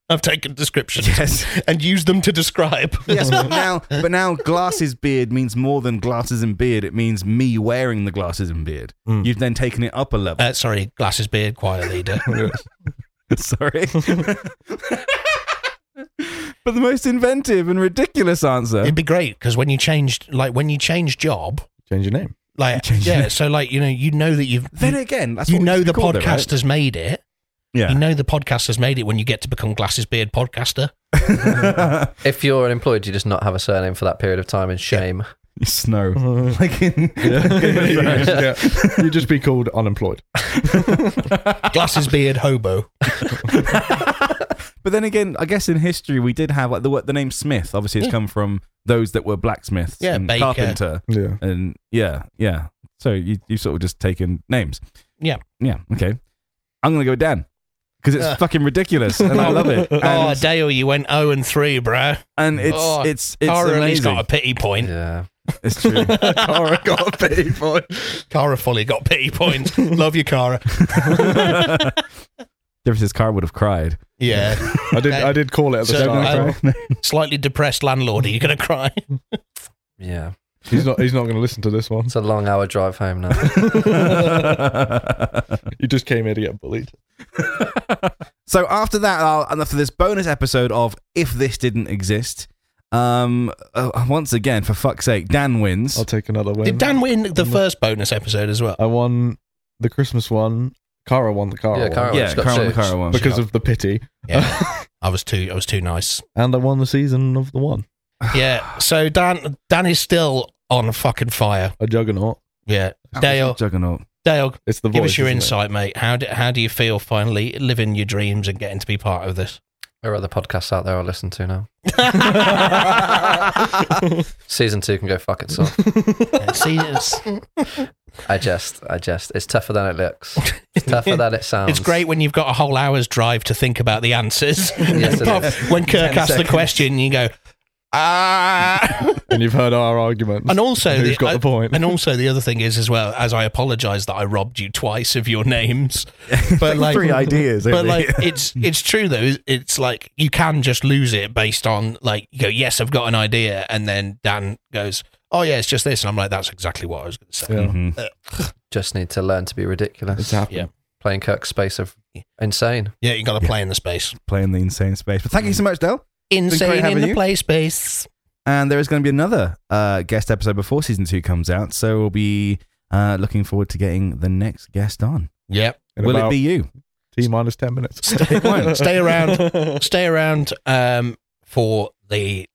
Speaker 2: I've taken descriptions
Speaker 1: yes.
Speaker 2: and used them to describe.
Speaker 1: Yes, but now, but now glasses beard means more than glasses and beard. It means me wearing the glasses and beard.
Speaker 2: Hmm.
Speaker 3: Mm.
Speaker 1: You've then taken it up a level.
Speaker 2: Uh, sorry, glasses, beard, choir leader.
Speaker 1: Sorry. but the most inventive and ridiculous answer.
Speaker 2: It'd be great because when you changed, like when you change job,
Speaker 3: Change your name.
Speaker 2: like
Speaker 1: Change
Speaker 2: yeah,
Speaker 1: it.
Speaker 2: so like you know, you know that you've
Speaker 1: Then
Speaker 2: you,
Speaker 1: again, that's
Speaker 2: you
Speaker 1: what we
Speaker 2: know
Speaker 1: should
Speaker 2: the
Speaker 1: call it, right?
Speaker 2: podcast has made it.
Speaker 1: Yeah.
Speaker 2: You know the podcast has made it when you get to become glasses, beard, podcaster.
Speaker 4: If you're unemployed, you just not have a surname for that period of time in shame.
Speaker 1: Snow.
Speaker 3: yeah.
Speaker 1: Like in,
Speaker 3: Yeah. You'd just be called unemployed.
Speaker 2: Glasses, beard, hobo.
Speaker 1: But then again, I guess in history we did have like the word- the name Smith. Obviously, it's
Speaker 2: Yeah.
Speaker 1: come from those that were blacksmiths,
Speaker 2: Hmm. Yeah,
Speaker 1: and
Speaker 2: baker.
Speaker 1: carpenter,
Speaker 3: Yeah.
Speaker 1: and yeah, yeah. So you you sort of just taken names.
Speaker 2: Yeah.
Speaker 1: yeah. Okay, I'm gonna go with Dan because it's
Speaker 2: Uh.
Speaker 1: fucking ridiculous, and I love it. And,
Speaker 2: oh, Dale, you went zero and three, bruh.
Speaker 1: and it's
Speaker 2: oh,
Speaker 1: it's it's
Speaker 2: Carly's
Speaker 1: amazing.
Speaker 2: got a pity point.
Speaker 4: Yeah.
Speaker 1: It's true.
Speaker 3: Cara got a pity point.
Speaker 2: Cara fully got pity points. Love you, Cara.
Speaker 1: Difference's car would have cried.
Speaker 2: Yeah.
Speaker 3: I did. I did call it at the
Speaker 2: So,
Speaker 3: start.
Speaker 2: uh,
Speaker 3: right?
Speaker 2: Slightly depressed landlord. Are you going to cry?
Speaker 4: Yeah.
Speaker 3: He's not. He's not going to listen to this one.
Speaker 4: It's a long hour drive home now.
Speaker 3: You just came here to get bullied.
Speaker 1: So after that, I'll, and for this bonus episode of if this didn't exist, um, uh, once again, for fuck's sake, Dan wins.
Speaker 3: I'll take another win.
Speaker 2: Did Dan win the first bonus episode as well?
Speaker 3: I won the Christmas one. Cara won the Cara
Speaker 4: Yeah,
Speaker 3: one
Speaker 4: Cara-
Speaker 1: yeah,
Speaker 4: it's got
Speaker 1: Carl and
Speaker 4: six.
Speaker 1: Cara
Speaker 2: Oh,
Speaker 1: won.
Speaker 3: because of the pity,
Speaker 2: Yeah. I was too. I was too nice.
Speaker 3: and I won the season of the one.
Speaker 2: Yeah. So Dan. Dan is still on fucking fire.
Speaker 3: A juggernaut.
Speaker 2: Yeah.
Speaker 1: That was
Speaker 2: Dale.
Speaker 1: a Juggernaut.
Speaker 2: Dale.
Speaker 3: It's the
Speaker 2: Give
Speaker 3: voice,
Speaker 2: us your
Speaker 3: isn't it?
Speaker 2: insight, mate. How do how do you feel finally living your dreams and getting to be part of this?
Speaker 4: There are other podcasts out there I'll listen to now. Season two can go fuck itself.
Speaker 2: Yeah, see, it's,
Speaker 4: I jest. I jest. It's tougher than it looks. It's tougher than it sounds.
Speaker 2: it's great when you've got a whole hour's drive to think about the answers.
Speaker 4: Yes, it is.
Speaker 2: when Kirk
Speaker 4: Ten
Speaker 2: asks the
Speaker 4: seconds.
Speaker 2: question, you go, ah.
Speaker 3: And you've heard our arguments.
Speaker 2: and also,
Speaker 3: Who's got
Speaker 2: I-
Speaker 3: the point?
Speaker 2: and also the other thing is as well as I apologise that I robbed you twice of your names, but like,
Speaker 1: Three ideas. isn't
Speaker 2: but
Speaker 1: it?
Speaker 2: like it's it's true though. It's like you can just lose it based on like you go, yes, I've got an idea, and then Dan goes, oh yeah, it's just this, and I'm like, that's exactly what I was going to say.
Speaker 3: Yeah.
Speaker 1: Mhm.
Speaker 4: Just need to learn to be ridiculous.
Speaker 3: It's happened.
Speaker 2: Yeah.
Speaker 4: Playing Kirk's space of insane.
Speaker 2: Yeah, you got to play in the space.
Speaker 1: playing the insane space. But thank you so much, Dale. Insane in
Speaker 2: Insane in
Speaker 1: having
Speaker 2: the
Speaker 1: you.
Speaker 2: play space.
Speaker 1: And there is going to be another uh, guest episode before season two comes out. So we'll be uh, looking forward to getting the next guest on.
Speaker 2: Yep.
Speaker 3: In
Speaker 1: Will
Speaker 3: about
Speaker 1: it be you?
Speaker 3: T minus ten minutes.
Speaker 2: It won't. Stay around. Stay around um, for the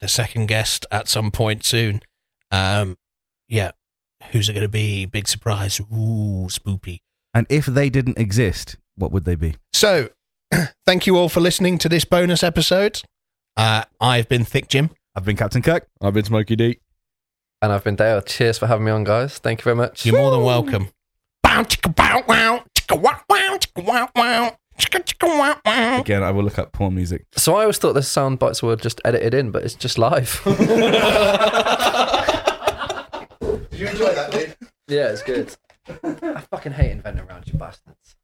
Speaker 2: the second guest at some point soon. Um, yeah, who's it going to be? Big surprise. Ooh, spoopy.
Speaker 1: And if they didn't exist, what would they be?
Speaker 2: So, thank you all for listening to this bonus episode. Uh, I've been Thick Jim.
Speaker 1: I've been Captain Kirk.
Speaker 3: I've been Smokey D.
Speaker 4: And I've been Dale. Cheers for having me on, guys. Thank you very much.
Speaker 2: You're more than welcome. Bow chicka bow wow chicka wow wow chicka wow wow chicka chicka wow wow.
Speaker 1: Again, I will look up porn music.
Speaker 4: So I always thought the sound bites were just edited in, but it's just live. Did you enjoy that, dude? Yeah, it's good. I fucking hate inventing around you bastards.